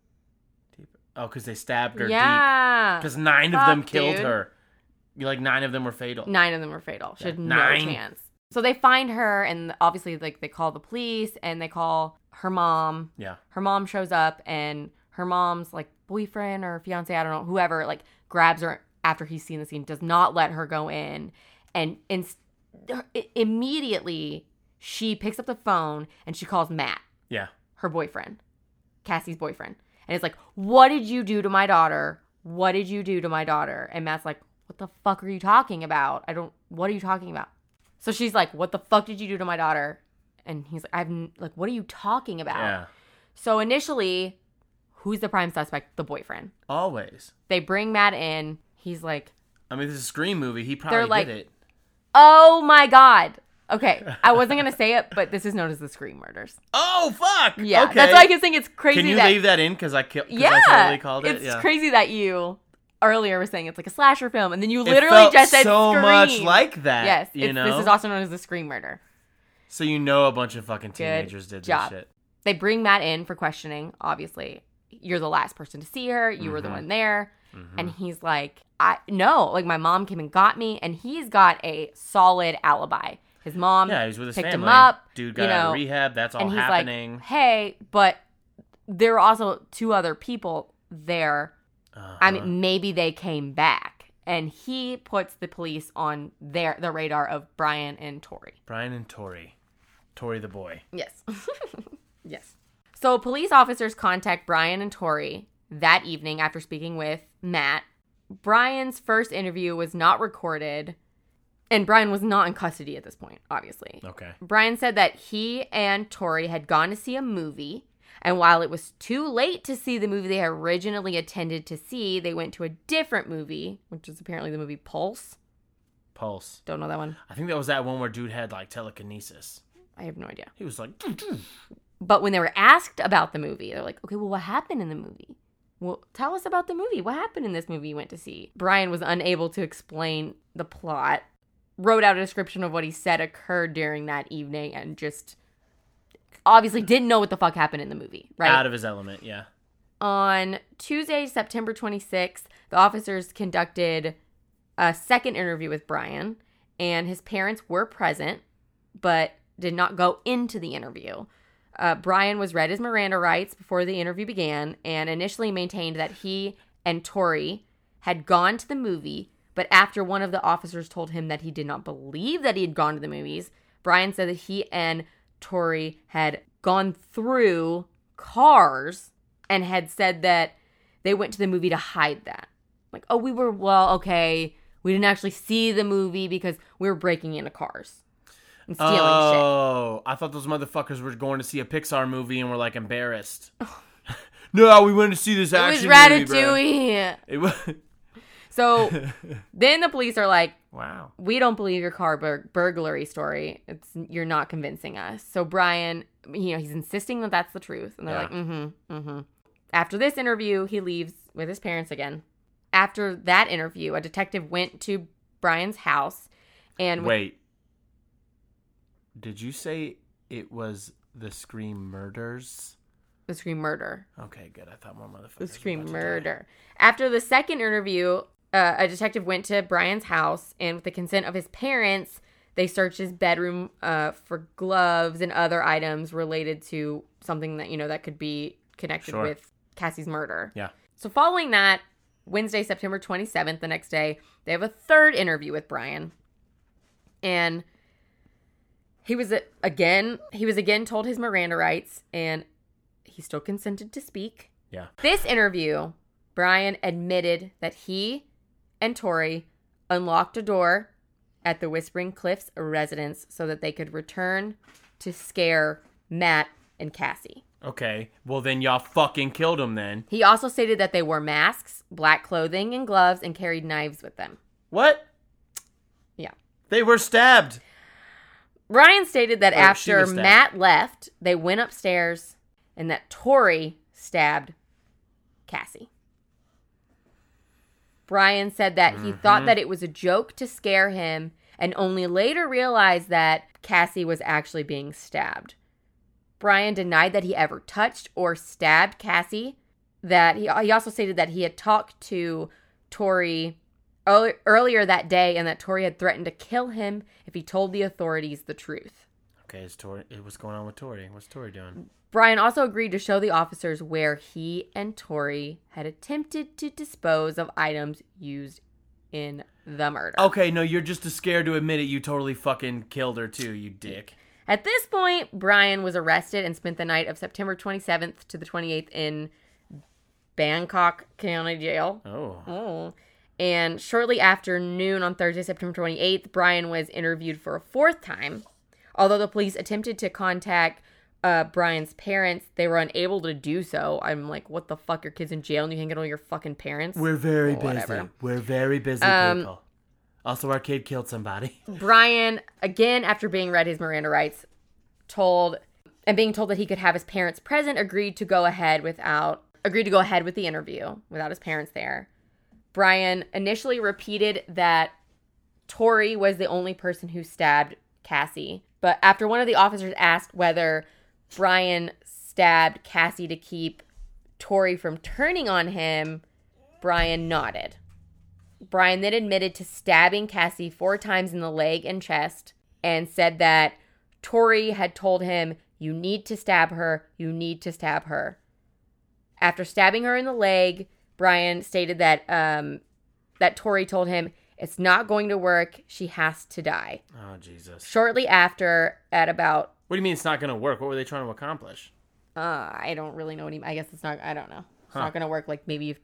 Oh, because they stabbed her deep. yeah. Because nine of Fuck, them killed dude. her. You like nine of them were fatal. Nine of them were fatal. She had no Nine. chance. So they find her, and obviously, like they call the police and they call her mom. Yeah. Her mom shows up, and her mom's like boyfriend or fiance, I don't know, whoever, like grabs her after he's seen the scene, does not let her go in, and in- immediately she picks up the phone and she calls Matt Yeah. her boyfriend, Cassie's boyfriend. And it's like, What did you do to my daughter? What did you do to my daughter? And Matt's like, What the fuck are you talking about? I don't, what are you talking about? So she's like, What the fuck did you do to my daughter? And he's like, I'm like, What are you talking about? Yeah. So initially, who's the prime suspect? The boyfriend. Always. They bring Matt in. He's like, I mean, this is a Scream movie. He probably like- did it. Oh my God. Okay. I wasn't going to say it, but this is known as the Scream Murders. Oh, fuck. Yeah. Okay. That's why I keep saying it's crazy Can you that leave that in? Because I, ki- 'cause Yeah, I totally called it. It's yeah. crazy that you earlier were saying it's like a slasher film, and then you It literally felt just said so scream. much like that. yes. You it's- know? this is also known as the scream murder. so you know a bunch of fucking teenagers did job. this shit. They bring Matt in for questioning. Obviously, you're the last person to see her. You were the Mhm. one there, Mhm. and he's like, "I no, like my mom came and got me, and he's got a solid alibi. His mom, yeah, he was with his picked family. him up, Dude got you out know, of rehab. That's all and he's happening. like, hey, but there were also two other people there." Uh-huh. I mean, maybe they came back, and he puts the police on their the radar of Brian and Tori. Brian and Tori. Tori the boy. Yes, yes. So police officers contact Brian and Tori that evening after speaking with Matt. Brian's first interview was not recorded, and Brian was not in custody at this point, obviously. Okay. Brian said that he and Tori had gone to see a movie, and while it was too late to see the movie they had originally intended to see, they went to a different movie, which is apparently the movie Pulse. Pulse. Don't know that one. I think that was that one where dude had like telekinesis. I have no idea. He was like, But when they were asked about the movie, they're like, okay, well, what happened in the movie? Well, tell us about the movie. What happened in this movie you went to see? Brian was unable to explain the plot, wrote out a description of what he said occurred during that evening, and just obviously didn't know what the fuck happened in the movie, right? Out of his element, yeah. On Tuesday, September 26th, the officers conducted a second interview with Brian, and his parents were present but did not go into the interview. Uh, Brian was read his Miranda rights before the interview began and initially maintained that he and Tori had gone to the movie, but after one of the officers told him that he did not believe that he had gone to the movies, Brian said that he and Tori had gone through cars and had said that they went to the movie to hide that. Like, oh, we were, well, okay, we didn't actually see the movie because we were breaking into cars and stealing shit. oh, I thought those motherfuckers were going to see a Pixar movie and were like embarrassed. no, we went to see this It was action movie. Ratatouille. It was Ratatouille. So then the police are like, wow. "We don't believe your car bur- burglary story. It's you're not convincing us." So Brian, you know, he's insisting that that's the truth, and they're Yeah. like, "Mm-hmm, mm-hmm." After this interview, he leaves with his parents again. After that interview, a detective went to Brian's house, and Wait. Did you say it was the Scream Murders? the scream murder. Okay, good. I thought more motherfuckers. The were scream about to murder. After the second interview, uh, a detective went to Brian's house, and with the consent of his parents, they searched his bedroom uh, for gloves and other items related to something that you know that could be connected Sure. with Cassie's murder. Yeah. So following that, Wednesday, September 27th, the next day, they have a third interview with Brian. And he was uh, again, he was again told his Miranda rights and he still consented to speak. Yeah. This interview, Brian admitted that he and Tori unlocked a door at the Whispering Cliffs residence so that they could return to scare Matt and Cassie. die. Okay. Well, then y'all fucking killed him then. He also stated that they wore masks, black clothing, and gloves and carried knives with them. What? Yeah. They were stabbed. Ryan stated that Oh, she after was stabbed. Matt left, they went upstairs and that Tori stabbed Cassie. Brian said that Mm-hmm. he thought that it was a joke to scare him and only later realized that Cassie was actually being stabbed. Brian denied that he ever touched or stabbed Cassie. That he, he also stated that he had talked to Tori earl- earlier that day and that Tori had threatened to kill him if he told the authorities the truth. Okay, is Tori? What's going on with Tori? What's Tori doing? Brian also agreed to show the officers where he and Tori had attempted to dispose of items used in the murder. Okay, no, you're just too scared to admit it. You totally fucking killed her too, you dick. At this point, Brian was arrested and spent the night of September 27th to the 28th in Bangkok County Jail. Oh. Oh. And shortly after noon on Thursday, September 28th, Brian was interviewed for a fourth time. Although the police attempted to contact uh, Brian's parents, they were unable to do so. I'm like, what the fuck? Your kid's in jail and you can't get all your fucking parents? We're very Whatever. Um, busy. We're very busy people. Also, our kid killed somebody. Brian, again, after being read his Miranda rights, told and being told that he could have his parents present, agreed to go ahead without agreed to go ahead with the interview without his parents there. Brian initially repeated that Tori was the only person who stabbed Cassie, but after one of the officers asked whether Brian stabbed Cassie to keep Tori from turning on him, Brian nodded. Brian then admitted to stabbing Cassie four times in the leg and chest and said that Tori had told him, You need to stab her. You need to stab her. After stabbing her in the leg, Brian stated that um, that Tori told him, It's not going to work. She has to die. Oh Jesus! Shortly after, at about, What do you mean it's not going to work? What were they trying to accomplish? uh, I don't really know what he, I guess it's not, I don't know. It's not going to work. Like maybe you've,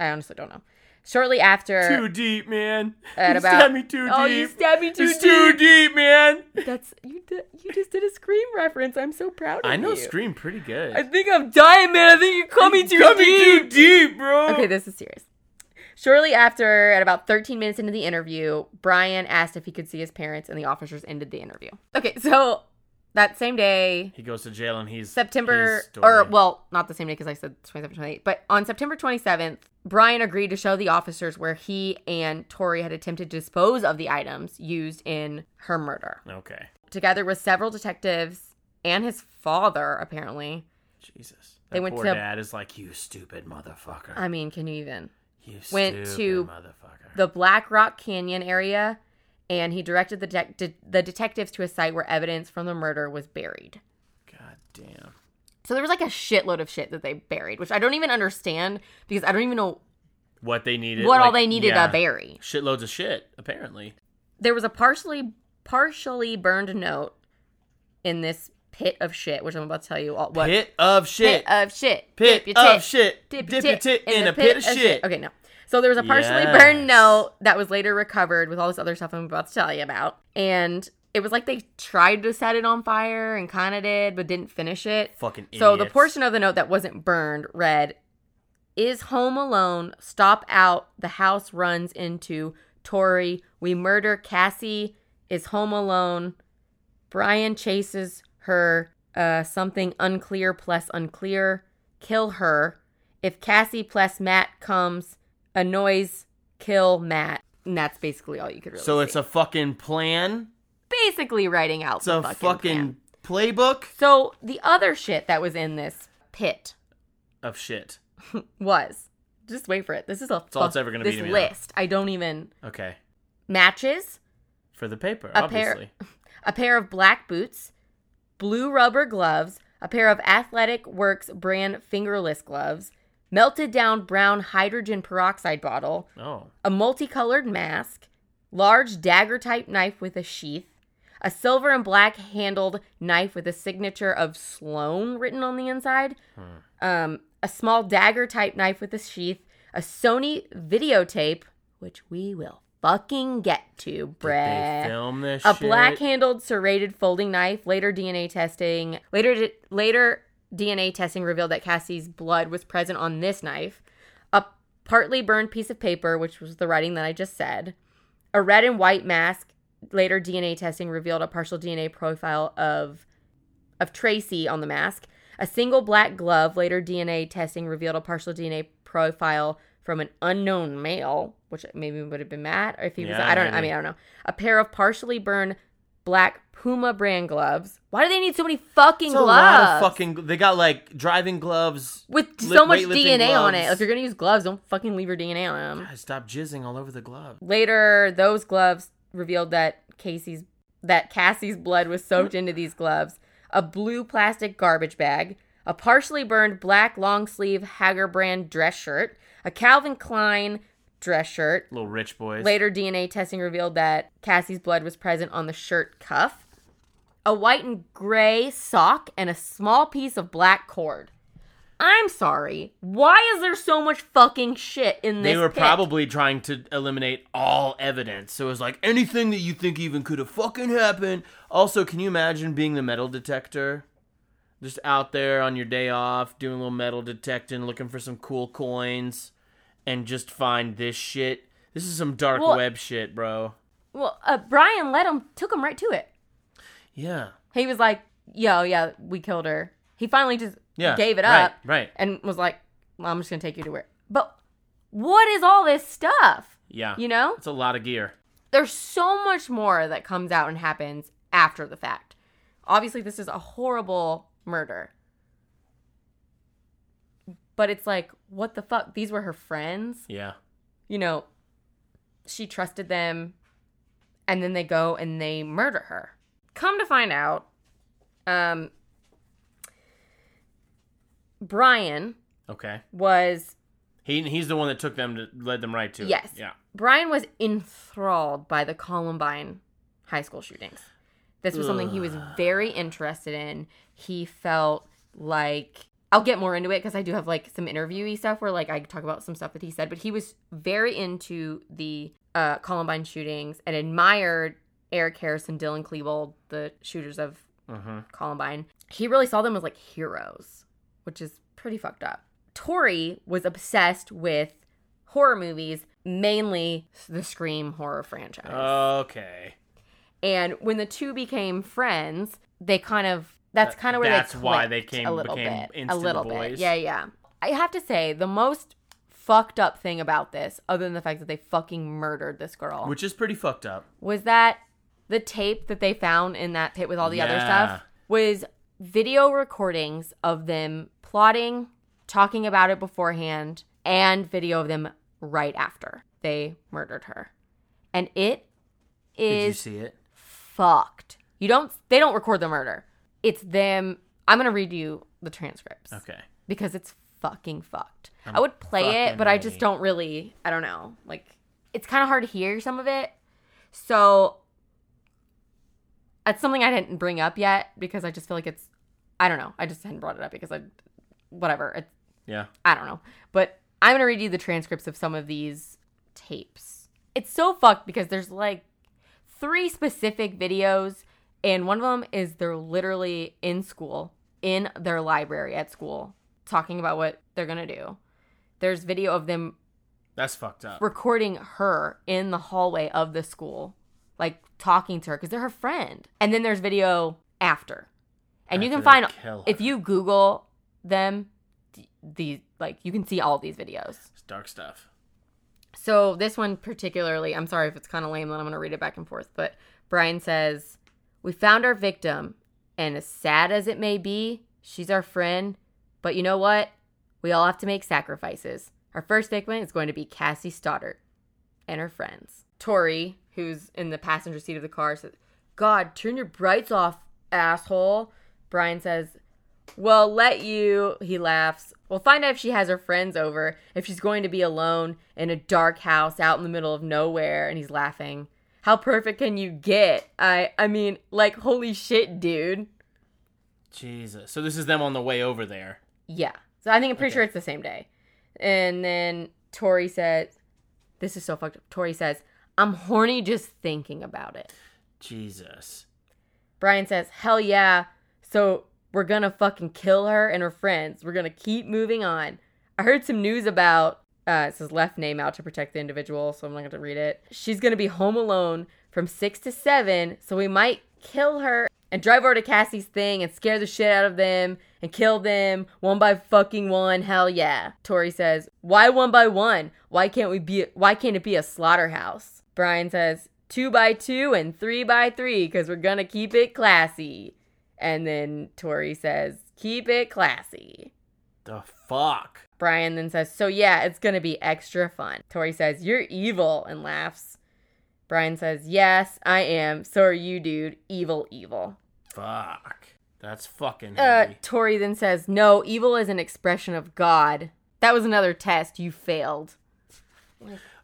I honestly don't know. Shortly after, Too deep, man. Er, At you about- stabbed me too deep. oh, you stabbed me too it's too deep, man. That's you. Did, you just did a scream reference. I'm so proud of you. I know Scream pretty good. I think I'm dying, man. I think you caught me too Cut me deep. too deep, bro. Okay, this is serious. Shortly after, at about 13 minutes into the interview, Brian asked if he could see his parents, and the officers ended the interview. Okay, so that same day, He goes to jail and he's September, his story. or well, not the same day because I said 27, 28, but on September 27th, Brian agreed to show the officers where he and Tori had attempted to dispose of the items used in her murder. Okay. Together with several detectives and his father, apparently. Jesus. That They went poor to- dad is like, you stupid motherfucker. I mean, can you even? you went stupid to motherfucker. the Black Rock Canyon area, and he directed the, detec- de- the detectives to a site where evidence from the murder was buried. God damn. So there was like a shitload of shit that they buried, which I don't even understand because I don't even know What they needed. what all like, they needed yeah, to bury. Shitloads of shit, apparently. There was a partially partially burned note in this pit of shit, which I'm about to tell you all what Pit of pit shit. of shit. Pit Dip your of tit. shit. Dip, Dip your tit in a pit of shit. Okay, no. So there was a partially Yes. burned note that was later recovered with all this other stuff I'm about to tell you about. And it was like they tried to set it on fire and kind of did, but didn't finish it. Fucking idiots. So the portion of the note that wasn't burned read Is home alone. Stop out. The house runs into Tori. We murder Cassie. Is home alone. Brian chases her. Uh, something unclear plus unclear. Kill her. If Cassie plus Matt comes, annoys, kill Matt. And that's basically all you could really So it's a fucking plan. basically writing out It's the a fucking, plan. fucking playbook So the other shit that was in this pit of shit. was just wait for it. This is a all fuck- it's ever gonna be this to me now. list. I don't even Okay. matches, For the paper, A pair- obviously. a pair of black boots, blue rubber gloves, a pair of Athletic Works brand fingerless gloves, melted down brown hydrogen peroxide bottle, Oh. a multicolored mask, large dagger type knife with a sheath, a silver and black handled knife with a signature of Sloan written on the inside, um, a small dagger type knife with a sheath, a Sony videotape, which we will fucking get to, Did they Brett. film this A shit? black handled serrated folding knife, later DNA testing, later di- later DNA testing revealed that Cassie's blood was present on this knife. A partly burned piece of paper, which was the writing that I just said. A red and white mask, later DNA testing revealed a partial DNA profile of of Tracy on the mask. A single black glove, later DNA testing revealed a partial DNA profile from an unknown male, which maybe would have been Matt, or if he was, Yeah, I don't, I maybe. mean, I don't know. A pair of partially burned black Puma brand gloves. Why do they need so many fucking It's a gloves? lot of fucking. They got like driving gloves. With li- so much weightlifting DNA on it. gloves. If you're gonna use gloves, don't fucking leave your DNA on them. God, stop jizzing all over the glove. Later, those gloves revealed that Casey's that Cassie's blood was soaked into these gloves. A blue plastic garbage bag, a partially burned black long sleeve Hager brand dress shirt, a Calvin Klein dress shirt. Little rich boys. Later DNA testing revealed that Cassie's blood was present on the shirt cuff, a white and gray sock, and a small piece of black cord. I'm sorry. Why is there so much fucking shit in this? They were pit? probably trying to eliminate all evidence. So it was like anything that you think even could have fucking happened. Also, can you imagine being the metal detector? Just out there on your day off, doing a little metal detecting, looking for some cool coins, and just find this shit. This is some dark Well- web shit, bro. Well, uh, Brian let him took him right to it. Yeah. He was like, "Yo, yeah, we killed her." He finally just Yeah. gave it right, up Right. and was like, well, "I'm just gonna take you to where." But what is all this stuff? Yeah. You know, It's a lot of gear. there's so much more that comes out and happens after the fact. Obviously, this is a horrible murder. But it's like, what the fuck? These were her friends. Yeah. You know, she trusted them. And then they go and they murder her. Come to find out, um, Brian Okay. was He he's the one that took them to led them right to. it. Yes. Yeah. Brian was enthralled by the Columbine high school shootings. This was something he was very interested in. He felt like I'll get more into it because I do have like some interviewee stuff where like I talk about some stuff that he said, but he was very into the uh, Columbine shootings and admired Eric Harrison, Dylan Klebold, the shooters of Mm-hmm. Columbine. He really saw them as like heroes, which is pretty fucked up. Tori was obsessed with horror movies, mainly the Uh, Scream horror franchise. Okay. and when the two became friends, they kind of that's That- kind of where that's they why they clicked came- a little became bit, a instant little bit. boys. Yeah, yeah. I have to say the most fucked up thing about this, other than the fact that they fucking murdered this girl, which is pretty fucked up. was that the tape that they found in that pit with all the other Yeah. stuff was video recordings of them plotting, talking about it beforehand, and video of them right after they murdered her. And it Did you is see it? fucked. You don't they don't record the murder. It's them I'm going to read you the transcripts Okay. because it's fucking fucked. i would play it, fucking but I just ready. don't really. I don't know. Like it's kind of hard to hear some of it. So that's something I didn't bring up yet because I just feel like it's. I don't know. I just hadn't brought it up because I, whatever. It, Yeah. I don't know. But I'm gonna read you the transcripts of some of these tapes. It's so fucked because there's like three specific videos, and one of them is they're literally in school, in their library at school, talking about what they're gonna do. There's video of them That's fucked up. recording her in the hallway of the school, like talking to her because they're her friend. And then there's video after, and you After can they find kill if her. you Google them, th- these like you can see all these videos. It's dark stuff. So this one particularly, I'm sorry if it's kind of lame, then I'm going to read it back and forth. But Brian says, "We found our victim, and as sad as it may be, she's our friend. But you know what? We all have to make sacrifices. Our first victim is going to be Cassie Stoddart and her friends. Tori, who's in the passenger seat of the car, says, "God, turn your brights off, asshole." Brian says, well, let you, he laughs. We'll find out if she has her friends over, if she's going to be alone in a dark house out in the middle of nowhere, and he's laughing. How perfect can you get? I I mean, like holy shit, dude. Jesus. So this is them on the way over there. Yeah. So I think I'm pretty sure it's the same day. And then Tori says, this is so fucked up. Tori says, "I'm horny just thinking about it." Jesus. Brian says, Hell yeah. So we're gonna fucking kill her and her friends. We're gonna keep moving on. I heard some news about uh, it says left name out to protect the individual, so I'm not gonna read it. She's gonna be home alone from six to seven, so we might kill her and drive over to Cassie's thing and scare the shit out of them and kill them one by fucking one. Hell yeah. Tori says, Why one by one? Why can't we be why can't it be a slaughterhouse? Brian says, two by two and three by three, because we're gonna keep it classy. And then Tori says, keep it classy. The fuck. Brian then says, So yeah, it's gonna be extra fun. Tori says, You're evil, and laughs. Brian says, Yes, I am. So are you, dude. Evil, evil. Fuck. That's fucking Uh, heavy. Tori then says, No, evil is an expression of God. That was another test. You failed.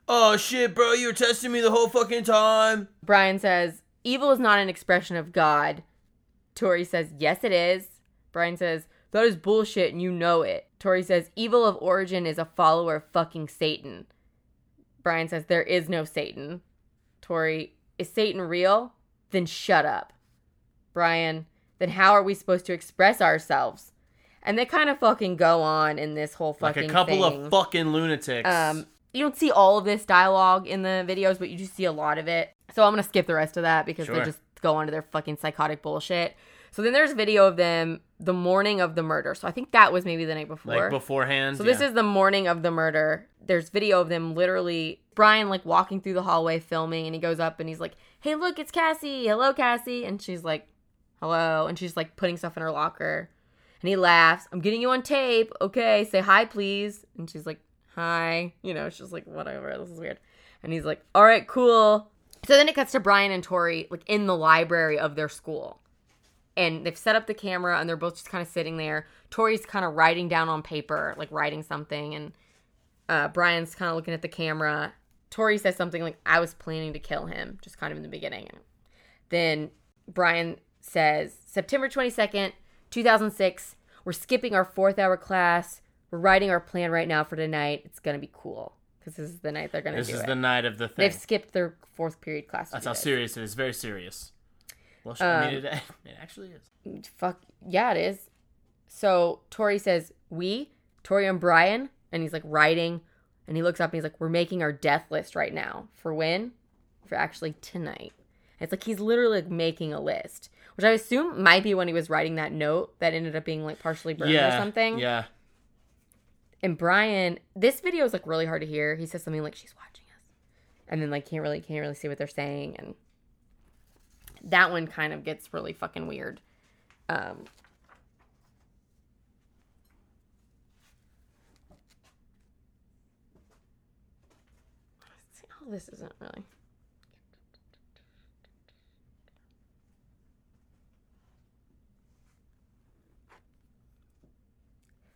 oh shit, bro, you were testing me the whole fucking time. Brian says, Evil is not an expression of God. Tori says, Yes, it is. Brian says, That is bullshit and you know it. Tori says, Evil of origin is a follower of fucking Satan. Brian says, There is no Satan. Tori, is Satan real? Then shut up. Brian, then how are we supposed to express ourselves? And they kind of fucking go on in this whole Like fucking a couple thing. of fucking lunatics. Um, you don't see all of this dialogue in the videos, but you do see a lot of it. So I'm gonna skip the rest of that because they Sure. just go on to their fucking psychotic bullshit. So then there's video of them the morning of the murder. So I think that was maybe the night before. like beforehand. So this is the morning of the murder. There's video of them literally Brian like walking through the hallway filming and he goes up and he's like, "Hey, look, it's Cassie. Hello, Cassie." And she's like, "Hello." And she's like putting stuff in her locker. And he laughs. "I'm getting you on tape. Okay, say hi, please." And she's like, "Hi." You know, she's like, "Whatever. This is weird." And he's like, "All right, cool." So then it cuts to Brian and Tori like in the library of their school and they've set up the camera and they're both just kind of sitting there. Tori's kind of writing down on paper, like writing something, and uh, Brian's kind of looking at the camera. Tori says something like, I was planning to kill him, just kind of in the beginning. Then Brian says, September 22nd, 2006, we're skipping our fourth hour class. We're writing our plan right now for tonight. It's going to be cool because this is the night they're going to This do is it. the night of the thing. They've skipped their fourth period class. to That's do how this. serious it is. Very serious. Well, shit, Um, I mean, it, it actually is. fuck yeah it is so tori says we tori and brian and he's like writing and he looks up and he's like we're making our death list right now for when for actually tonight And it's like he's literally like, making a list which I assume might be when he was writing that note that ended up being like partially burned yeah, or something. Yeah. And Brian, this video is like really hard to hear. He says something like she's watching us. And then like can't really can't really see what they're saying and that one kind of gets really fucking weird. Um see, all this isn't really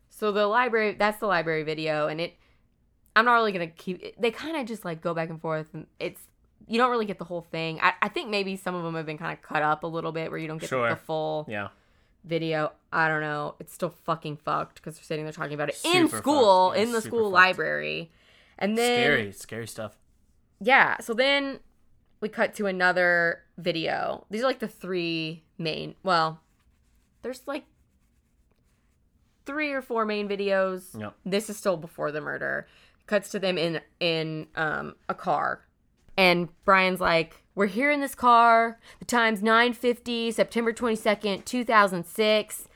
So the library, that's the library video, and it. I'm not really gonna keep. It, they kind of just like go back and forth, and it's you don't really get the whole thing. I, I think maybe some of them have been kind of cut up a little bit, where you don't get Sure. the full Yeah. video. I don't know. It's still fucking fucked because they're sitting there talking about it in Super school, fucked. Yeah, in the super school fucked. library, and then scary. Scary stuff. yeah. So then we cut to another video. These are like the three main. Well, there's like three or four main videos. Yep. This is still before the murder. Cuts to them in in um, a car, and Brian's like, "We're here in this car. The time's nine fifty, September twenty second, two thousand six.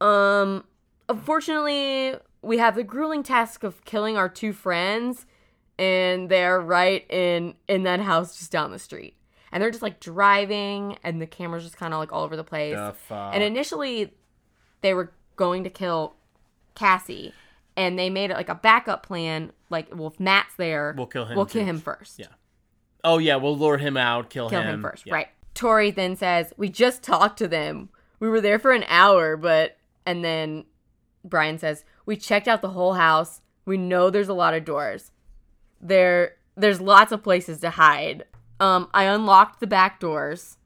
Um, unfortunately, we have the grueling task of killing our two friends, and they're right in in that house just down the street. And they're just like driving, and the camera's just kind of like all over the place. The fuck. And initially, they were going to kill Cassie, and they made it like a backup plan. Like, well, if Matt's there, We'll kill him We'll kill too. him first. Yeah. oh yeah, we'll lure him out, kill, Kill him. him first, Yeah. right? Tori then says, "We just talked to them. We were there for an hour, but..." And then Brian says, "We checked out the whole house. We know there's a lot of doors. There, there's lots of places to hide. Um, I unlocked the back doors.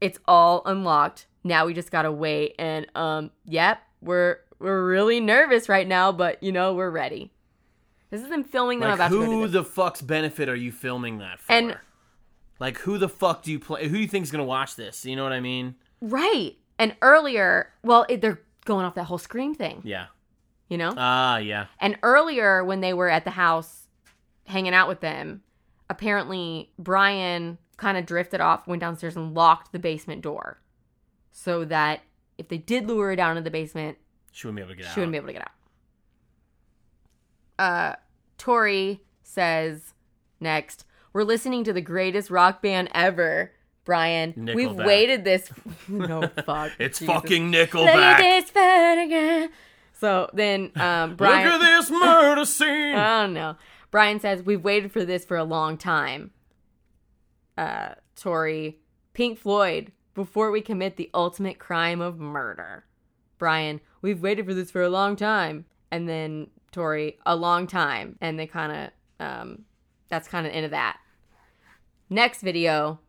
It's all unlocked. Now we just gotta wait. And um, yep, we're we're really nervous right now, but you know we're ready. This is them filming them Like, about to go do who this. the fuck's benefit are you filming that for? And- like, who the fuck do you play? Who do you think's gonna watch this? You know what I mean? Right. And earlier, well, it, they're going off that whole scream thing, Yeah. you know? Ah, yeah. and earlier, when they were at the house hanging out with them, apparently Brian kind of drifted off, went downstairs and locked the basement door so that if they did lure her down to the basement, She wouldn't be able to get she out. wouldn't be able to get out. Uh, Tori says next, we're listening to the greatest rock band ever, Brian. We've Nickelback." waited this. no fuck. it's Jesus. fucking Look at Nickelback. this photograph. So then, um, Brian. Uh, Look at this murder scene. I don't know. Brian says, We've waited for this for a long time. Uh, Tori, Pink Floyd, before we commit the ultimate crime of murder. Brian, we've waited for this for a long time. And then Tori, a long time. And they kind of, um, that's kind of the end of that. Next video,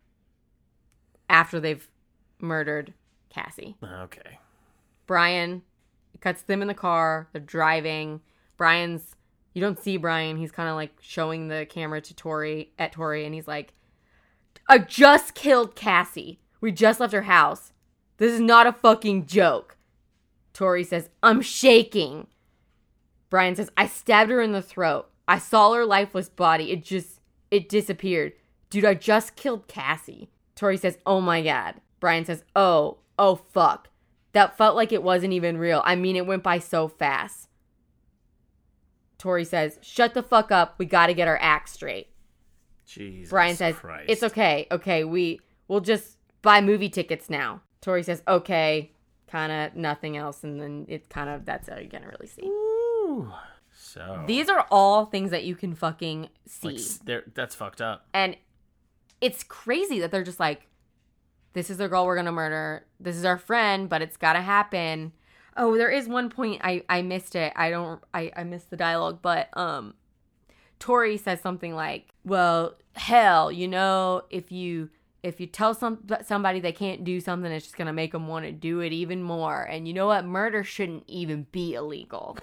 after they've murdered Cassie. okay. Brian it cuts them in the car. They're driving. Brian's you don't see Brian. He's kind of like showing the camera to Tori at Tori, and he's like, "I just killed Cassie. We just left her house. This is not a fucking joke." Tori says, "I'm shaking." Brian says, "I stabbed her in the throat. I saw her lifeless body. It just it disappeared. Dude, I just killed Cassie." Tori says, "Oh my god." Brian says, "Oh, oh fuck." That felt like it wasn't even real. I mean, it went by so fast. Tori says, "Shut the fuck up. We got to get our act straight." Jesus. Brian says, Christ. "It's okay. Okay, we we'll just buy movie tickets now." Tori says, "Okay." Kind of nothing else, and then it kind of that's all you're gonna really see. Ooh. So These are all things that you can fucking see. like, s- they're- that's fucked up. and it's crazy that they're just like, this is the girl we're going to murder. This is our friend, but it's got to happen. Oh, there is one point I, I missed it. I don't, I, I missed the dialogue, but, um, Tori says something like, well, hell, you know, if you, if you tell some somebody they can't do something, it's just gonna make them want to do it even more. And you know what? Murder shouldn't even be illegal.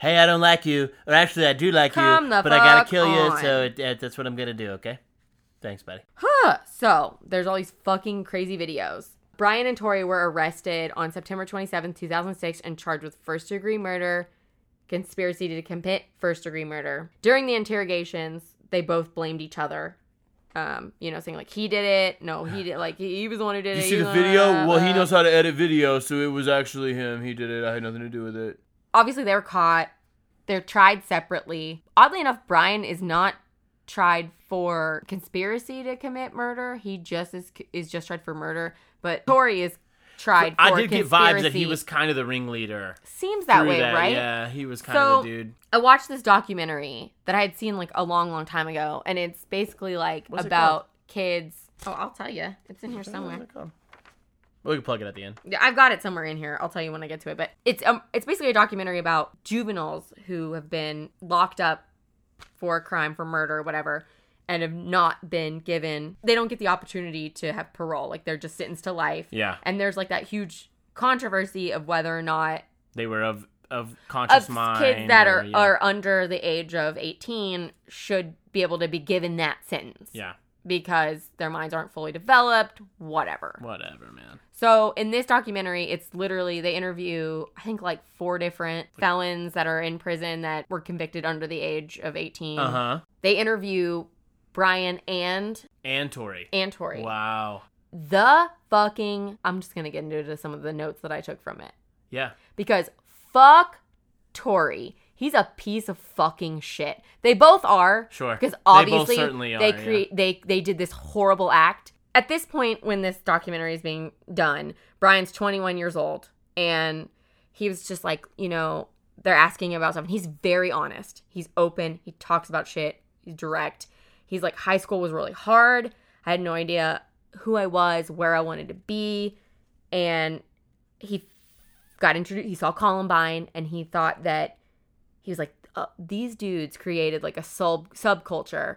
Hey, I don't like you. Or actually, I do like Come you, the but I gotta fuck kill on. you. So it, it- that's what I'm gonna do. Okay. Thanks, buddy. Huh. So there's all these fucking crazy videos. Brian and Tori were arrested on September 27, 2006, and charged with first degree murder, conspiracy to commit first degree murder. During the interrogations, they both blamed each other. um, you know, saying like he did it. No, he did. Like he, he was the one who did You it. see he the was- video? Well, he knows how to edit video, so it was actually him. He did it. I had nothing to do with it. Obviously, they were caught. They're tried separately. Oddly enough, Brian is not tried for conspiracy to commit murder. He just is is just tried for murder. But Tori is tried. For I did get vibes that he conspiracy. was kind of the ringleader. seems that through way, right? Yeah, he was kind So- of the dude. I watched this documentary that I had seen like a long, long time ago, and it's basically like What's it called? about kids. Oh, I'll tell you. It's in here somewhere. We can plug it at the end. Yeah, I've got it somewhere in here. I'll tell you when I get to it. But it's um, it's basically a documentary about juveniles who have been locked up for a crime, for murder, or whatever, and have not been given. They don't get the opportunity to have parole. Like they're just sentenced to life. Yeah, And there's like that huge controversy of whether or not they were of of of conscious mind. kids that or- are yeah. are under the age of 18 should be able to be given that sentence yeah, because their minds aren't fully developed whatever whatever, man. so in this documentary it's literally they interview i think like four different felons that are in prison that were convicted under the age of 18 Uh huh. they interview brian and And Tori. and tori Wow. the fucking i'm just gonna get into some of the notes that i took from it Yeah. because fuck Tory. He's a piece of fucking shit. They both are. Sure. Because They both obviously they, certainly are, yeah. create they they did this horrible act. At this point when this documentary is being done, Brian's 21 years old and he was just like, you know, they're asking him about something. He's very honest. He's open. He talks about shit. He's direct. He's like high school was really hard. I had no idea who I was, where I wanted to be, and he got introduced he saw columbine and he thought that he was like uh, these dudes created like a sub subculture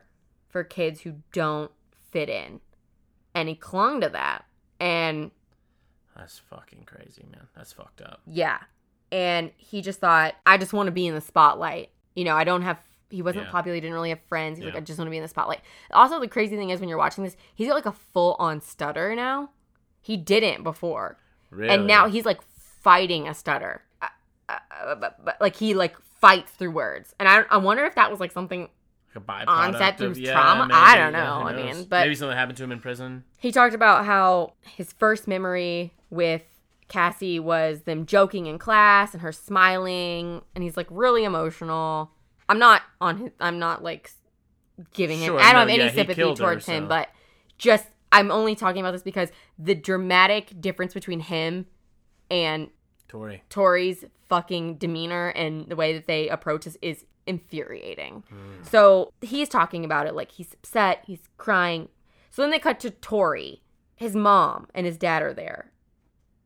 for kids who don't fit in and he clung to that and That's fucking crazy, man. That's fucked up. yeah and he just thought i just want to be in the spotlight you know i don't have he wasn't Yeah. popular he didn't really have friends he's like Yeah. i just want to be in the spotlight also the crazy thing is when you're watching this he's got like a full on stutter now he didn't before Really. and now he's like fighting a stutter uh, uh, uh, but, but like he like fights through words and I, I wonder if that was like something like a byproduct onset of- through trauma? I don't know, who I mean, knows? but- maybe something happened to him in prison. he talked about how his first memory with cassie was them joking in class and her smiling and he's like really emotional i'm not on his i'm not like giving him Sure, i don't no, have any yeah, he sympathy killed her, towards him so- but just i'm only talking about this because the dramatic difference between him and Tori. Tori's fucking demeanor and the way that they approach this is infuriating. So he's talking about it like he's upset, he's crying. So then they cut to Tori. His mom and his dad are there.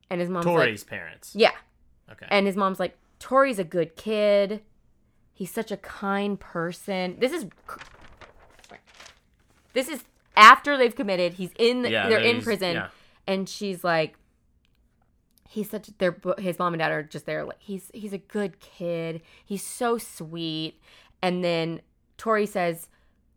And his mom's Tori's like, parents. Yeah. Okay. And his mom's like, Tori's a good kid. He's such a kind person. This is This is after they've committed. He's in the, Yeah, they're in he's- prison. yeah. And she's like he's such their bo- his mom and dad are just there like he's he's a good kid. He's so sweet. And then Tori says,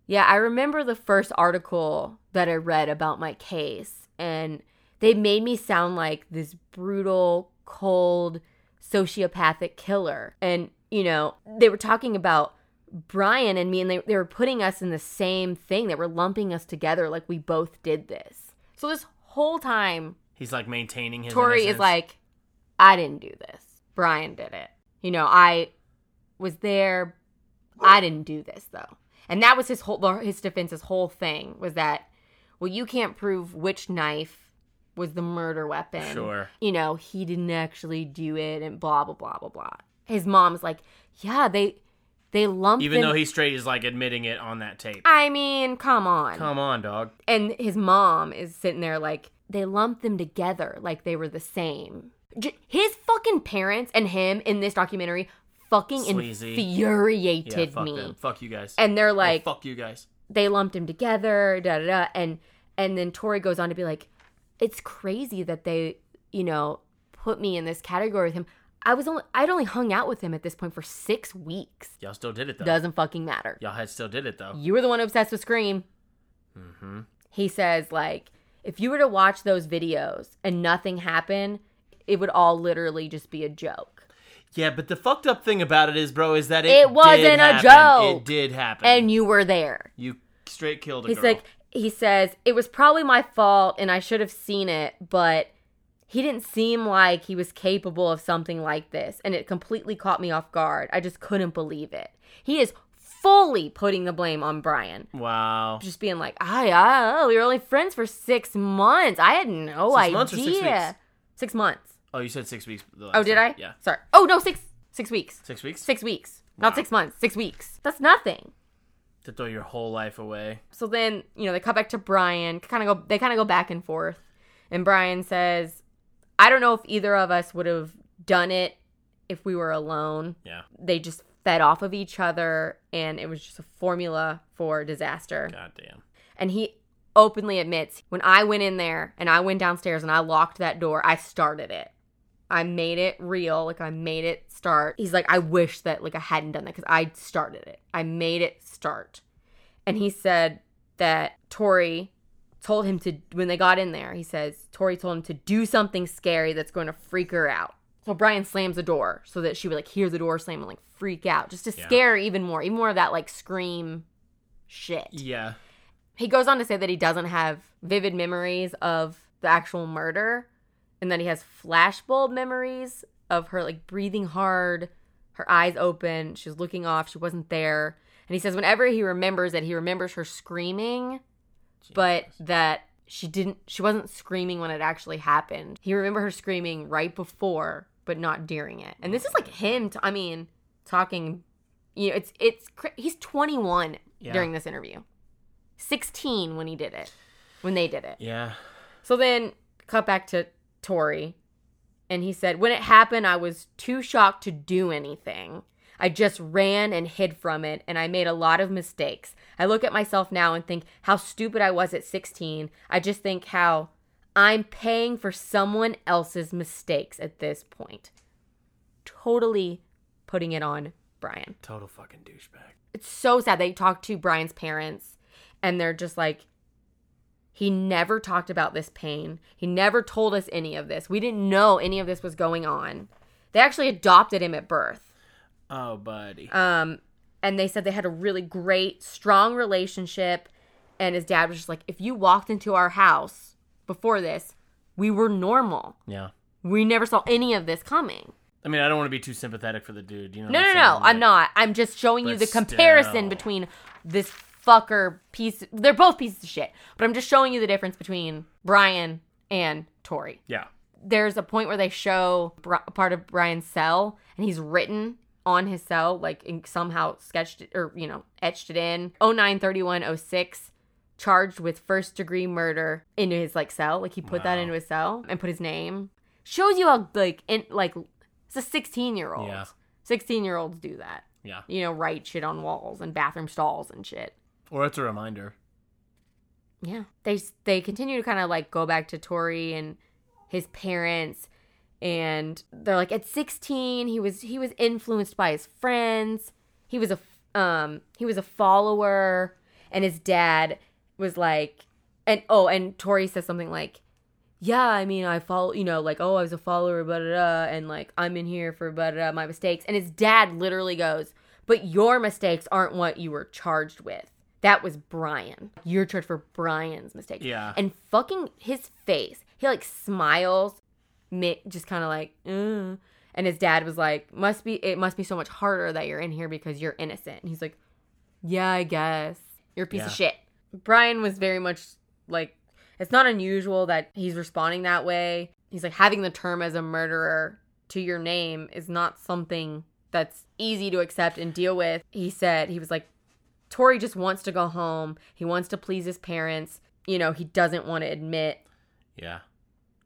"Yeah, I remember the first article that I read about my case and they made me sound like this brutal, cold, sociopathic killer. And, you know, they were talking about Brian and me, and they, they were putting us in the same thing. They were lumping us together like we both did this. So this whole time, he's like maintaining his. Tori is innocence. like, I didn't do this. Brian did it. You know, I was there. I didn't do this though. And that was his whole his defense. His whole thing was that, well, you can't prove which knife was the murder weapon. Sure. You know, he didn't actually do it, and blah blah blah blah blah. His mom's like, yeah, they they lumped even them- though he's straight, is like admitting it on that tape. I mean, come on. Come on, dog. And his mom is sitting there like they lumped them together like they were the same. J- his fucking parents and him in this documentary fucking Sleazy. Yeah, infuriated fuck me. them. Fuck you guys. And they're Well, like fuck you guys. they lumped him together, da da da and and then Tori goes on to be like it's crazy that they, you know, put me in this category with him. I was only I'd only hung out with him at this point for 6 weeks. Y'all still did it though. Doesn't fucking matter. Y'all had still did it though. Mm-hmm. You were the one obsessed with Scream. He says, like, if you were to watch those videos and nothing happened, it would all literally just be a joke. Yeah, but the fucked up thing about it is, bro, is that it, It wasn't did a happen. joke. It did happen. And you were there. you straight killed a He's girl. like, he says, It was probably my fault and I should have seen it, but he didn't seem like he was capable of something like this. And it completely caught me off guard. I just couldn't believe it. He is fully putting the blame on Brian. Wow. Just being like, I, I we were only friends for six months. I had no Six idea. months or six weeks? Six months. Oh, you said six weeks. the last Oh, did time. I? Yeah. Sorry. Oh, no, six six weeks. Six weeks? Six weeks. Wow. Not six months. Six weeks. That's nothing. To throw your whole life away. so then you know they cut back to Brian. Kind of go, they kind of go back and forth, and Brian says, "I don't know if either of us would have done it if we were alone. Yeah. They just fed off of each other, and it was just a formula for disaster." God damn. And he openly admits, "When I went in there and I went downstairs and I locked that door, I started it." I made it real, like I made it start. He's like, I wish that like I hadn't done that because I started it. I made it start and he said that Tori told him to when they got in there. He says Tori told him to do something scary that's going to freak her out. So Brian slams the door so that she would like hear the door slam and like freak out, just to Yeah. scare her even more, even more of that like scream shit. Yeah. He goes on to say that he doesn't have vivid memories of the actual murder and that he has flashbulb memories of her like breathing hard, her eyes open, she was looking off, she wasn't there. And he says whenever he remembers it, he remembers her screaming, but that she didn't she wasn't screaming when it actually happened. He remember her screaming right before, but not during it. And this is like him t- I mean, talking you know, it's it's cra- he's 21 Yeah. during this interview. 16 when he did it, when they did it. Yeah. So then cut back to Tori, and he said, When it happened, I was too shocked to do anything. I just ran and hid from it, and I made a lot of mistakes. I look at myself now and think how stupid I was at 16. I just think how I'm paying for someone else's mistakes at this point. Totally putting it on Brian Total fucking douchebag. it's so sad. They talked to Brian's parents and they're just like, he never talked about this pain. He never told us any of this. We didn't know any of this was going on. They actually adopted him at birth. Oh, buddy. Um, and they said they had a really great, strong relationship. And his dad was just like, if you walked into our house before this, we were normal. yeah. We never saw any of this coming. I mean, I don't want to be too sympathetic for the dude. You know? No, what no, I'm no. saying? I'm Like, not. I'm just showing you But the comparison still. between this fucker piece. They're both pieces of shit, but I'm just showing you the difference between Brian and Tori. Yeah. There's a point where they show Bri- part of Brian's cell, and he's written on his cell, like in, somehow sketched it, or you know etched it in. 093106 charged with first degree murder into his like cell. Like he put that Wow. into his cell and put his name. Shows you how like in like it's a 16 year old. Yeah. 16 year olds do that. Yeah. You know, write shit on walls and bathroom stalls and shit. Or it's a reminder. Yeah. They they continue to kind of like go back to Tori and his parents and they're like at 16 he was he was influenced by his friends. He was a um he was a follower and his dad was like and oh and Tori says something like yeah, I mean, I follow, you know, like, oh, I was a follower, blah, blah, blah, and like, I'm in here for blah, blah, blah, my mistakes. And his dad literally goes, but your mistakes aren't what you were charged with. That was Brian. You're charged for Brian's mistakes. Yeah. And fucking his face, he like smiles, mi- just kind of like, mm. and his dad was like, must be, it must be so much harder that you're in here because you're innocent. And he's like, yeah, I guess. You're a piece of shit. Brian was very much like, it's not unusual that he's responding that way. He's like, having the term as a murderer to your name is not something that's easy to accept and deal with. He said, he was like, Tori just wants to go home. He wants to please his parents. You know, he doesn't want to admit Yeah.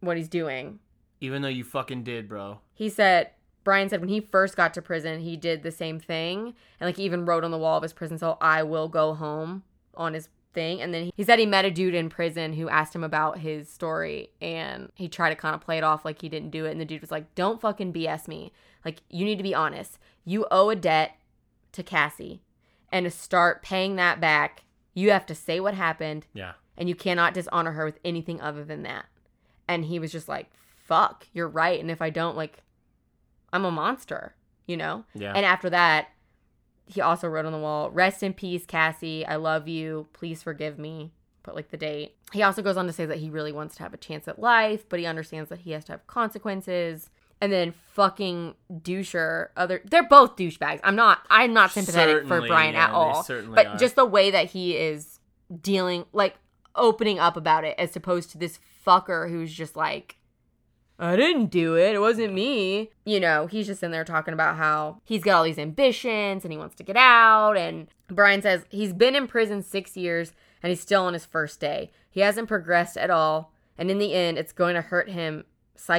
what he's doing. Even though you fucking did, bro. He said, Brian said when he first got to prison, he did the same thing. And like he even wrote on the wall of his prison cell, I will go home on his thing. And then he said he met a dude in prison who asked him about his story and he tried to kind of play it off like he didn't do it. And the dude was like, Don't fucking BS me. Like, you need to be honest. You owe a debt to Cassie. And to start paying that back, you have to say what happened Yeah. and you cannot dishonor her with anything other than that. And he was just like, fuck, you're right. And if I don't, like, I'm a monster, you know? Yeah. And after that, he also wrote on the wall, rest in peace, Cassie. I love you. Please forgive me. put like the date. He also goes on to say that he really wants to have a chance at life, but he understands that he has to have consequences. And then fucking doucher, other they're both douchebags. I'm not I'm not sympathetic for Certainly, Brian yeah, at they all. certainly But are. just the way that he is dealing like opening up about it as opposed to this fucker who's just like I didn't do it. It wasn't me. You know, he's just in there talking about how he's got all these ambitions and he wants to get out. And Brian says he's been in prison six years and he's still on his first day. He hasn't progressed at all. And in the end, it's going to hurt him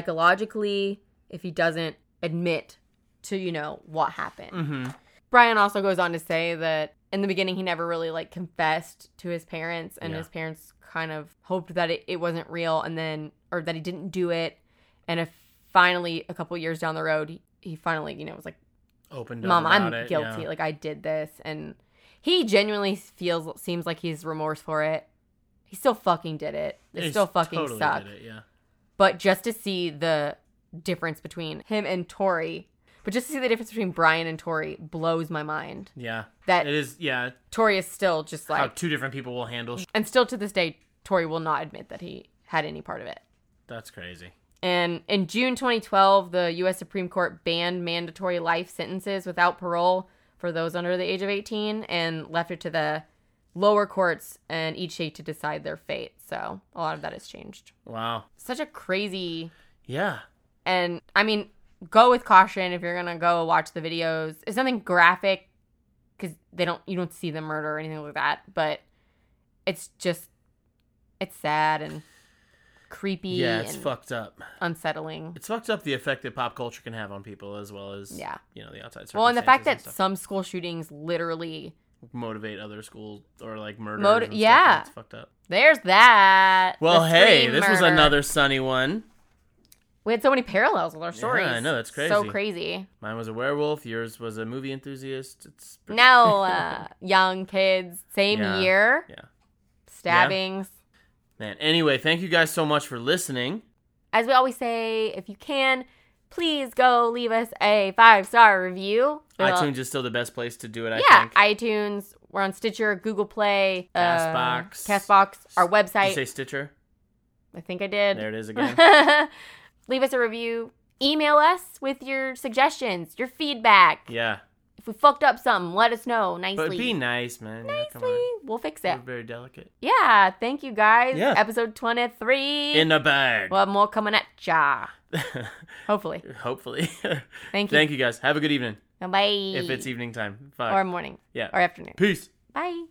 psychologically if he doesn't admit to, you know, what happened. Mm-hmm. Brian also goes on to say that in the beginning he never really like confessed to his parents and Yeah. his parents kind of hoped that it, it wasn't real and then or that he didn't do it and if finally a couple years down the road he, he finally you know was like Opened mom up i'm about it, guilty yeah. like i did this and he genuinely feels seems like he's remorse for it he still fucking did it it He still fucking totally sucked did it, yeah. but just to see the difference between him and tori but just to see the difference between brian and tori blows my mind Yeah. that It is, yeah, Tori is still just how like, two different people will handle sh- and still to this day, Tori will not admit that he had any part of it. That's crazy. And in June 2012, the U.S. Supreme Court banned mandatory life sentences without parole for those under the age of 18 and left it to the lower courts and each state to decide their fate. So a lot of that has changed. Wow. Such a crazy Yeah. and I mean, go with caution if you're gonna go watch the videos. It's nothing graphic because they don't you don't see the murder or anything like that, but it's just it's sad and creepy Yeah, it's and fucked up. unsettling. It's fucked up the effect that pop culture can have on people as well as Yeah. you know, the outside circumstances. Well, and the fact that stuff some school shootings literally motivate other schools or like murder Moti- yeah. It's fucked up. there's that. Well, the hey, scream this was murder. another sunny one. We had so many parallels with our stories. I know, that's So crazy. crazy. Mine was a werewolf, yours was a movie enthusiast. It's pretty- Now, uh, young kids, same Yeah. year, Yeah. stabbings. Man, anyway, thank you guys so much for listening. as we always say, if you can, please go leave us a five star review. We'll- iTunes is still the best place to do it, I yeah, think. iTunes. We're on Stitcher, Google Play, uh, Castbox. Castbox, our Did website. you say Stitcher? I think I did. There it is again. leave us a review. Email us with your suggestions, your feedback. yeah. If we fucked up something, let us know nicely. But be nice, man. Yeah, come nicely, on. we'll fix We're it. very delicate. Yeah, thank you guys. Yeah. Episode twenty three. In a bag. we'll have more coming at ya. Hopefully. Hopefully. Thank you. Thank you guys. Have a good evening. Bye. If it's evening time. Fuck. or morning yeah. or afternoon. Peace. Bye.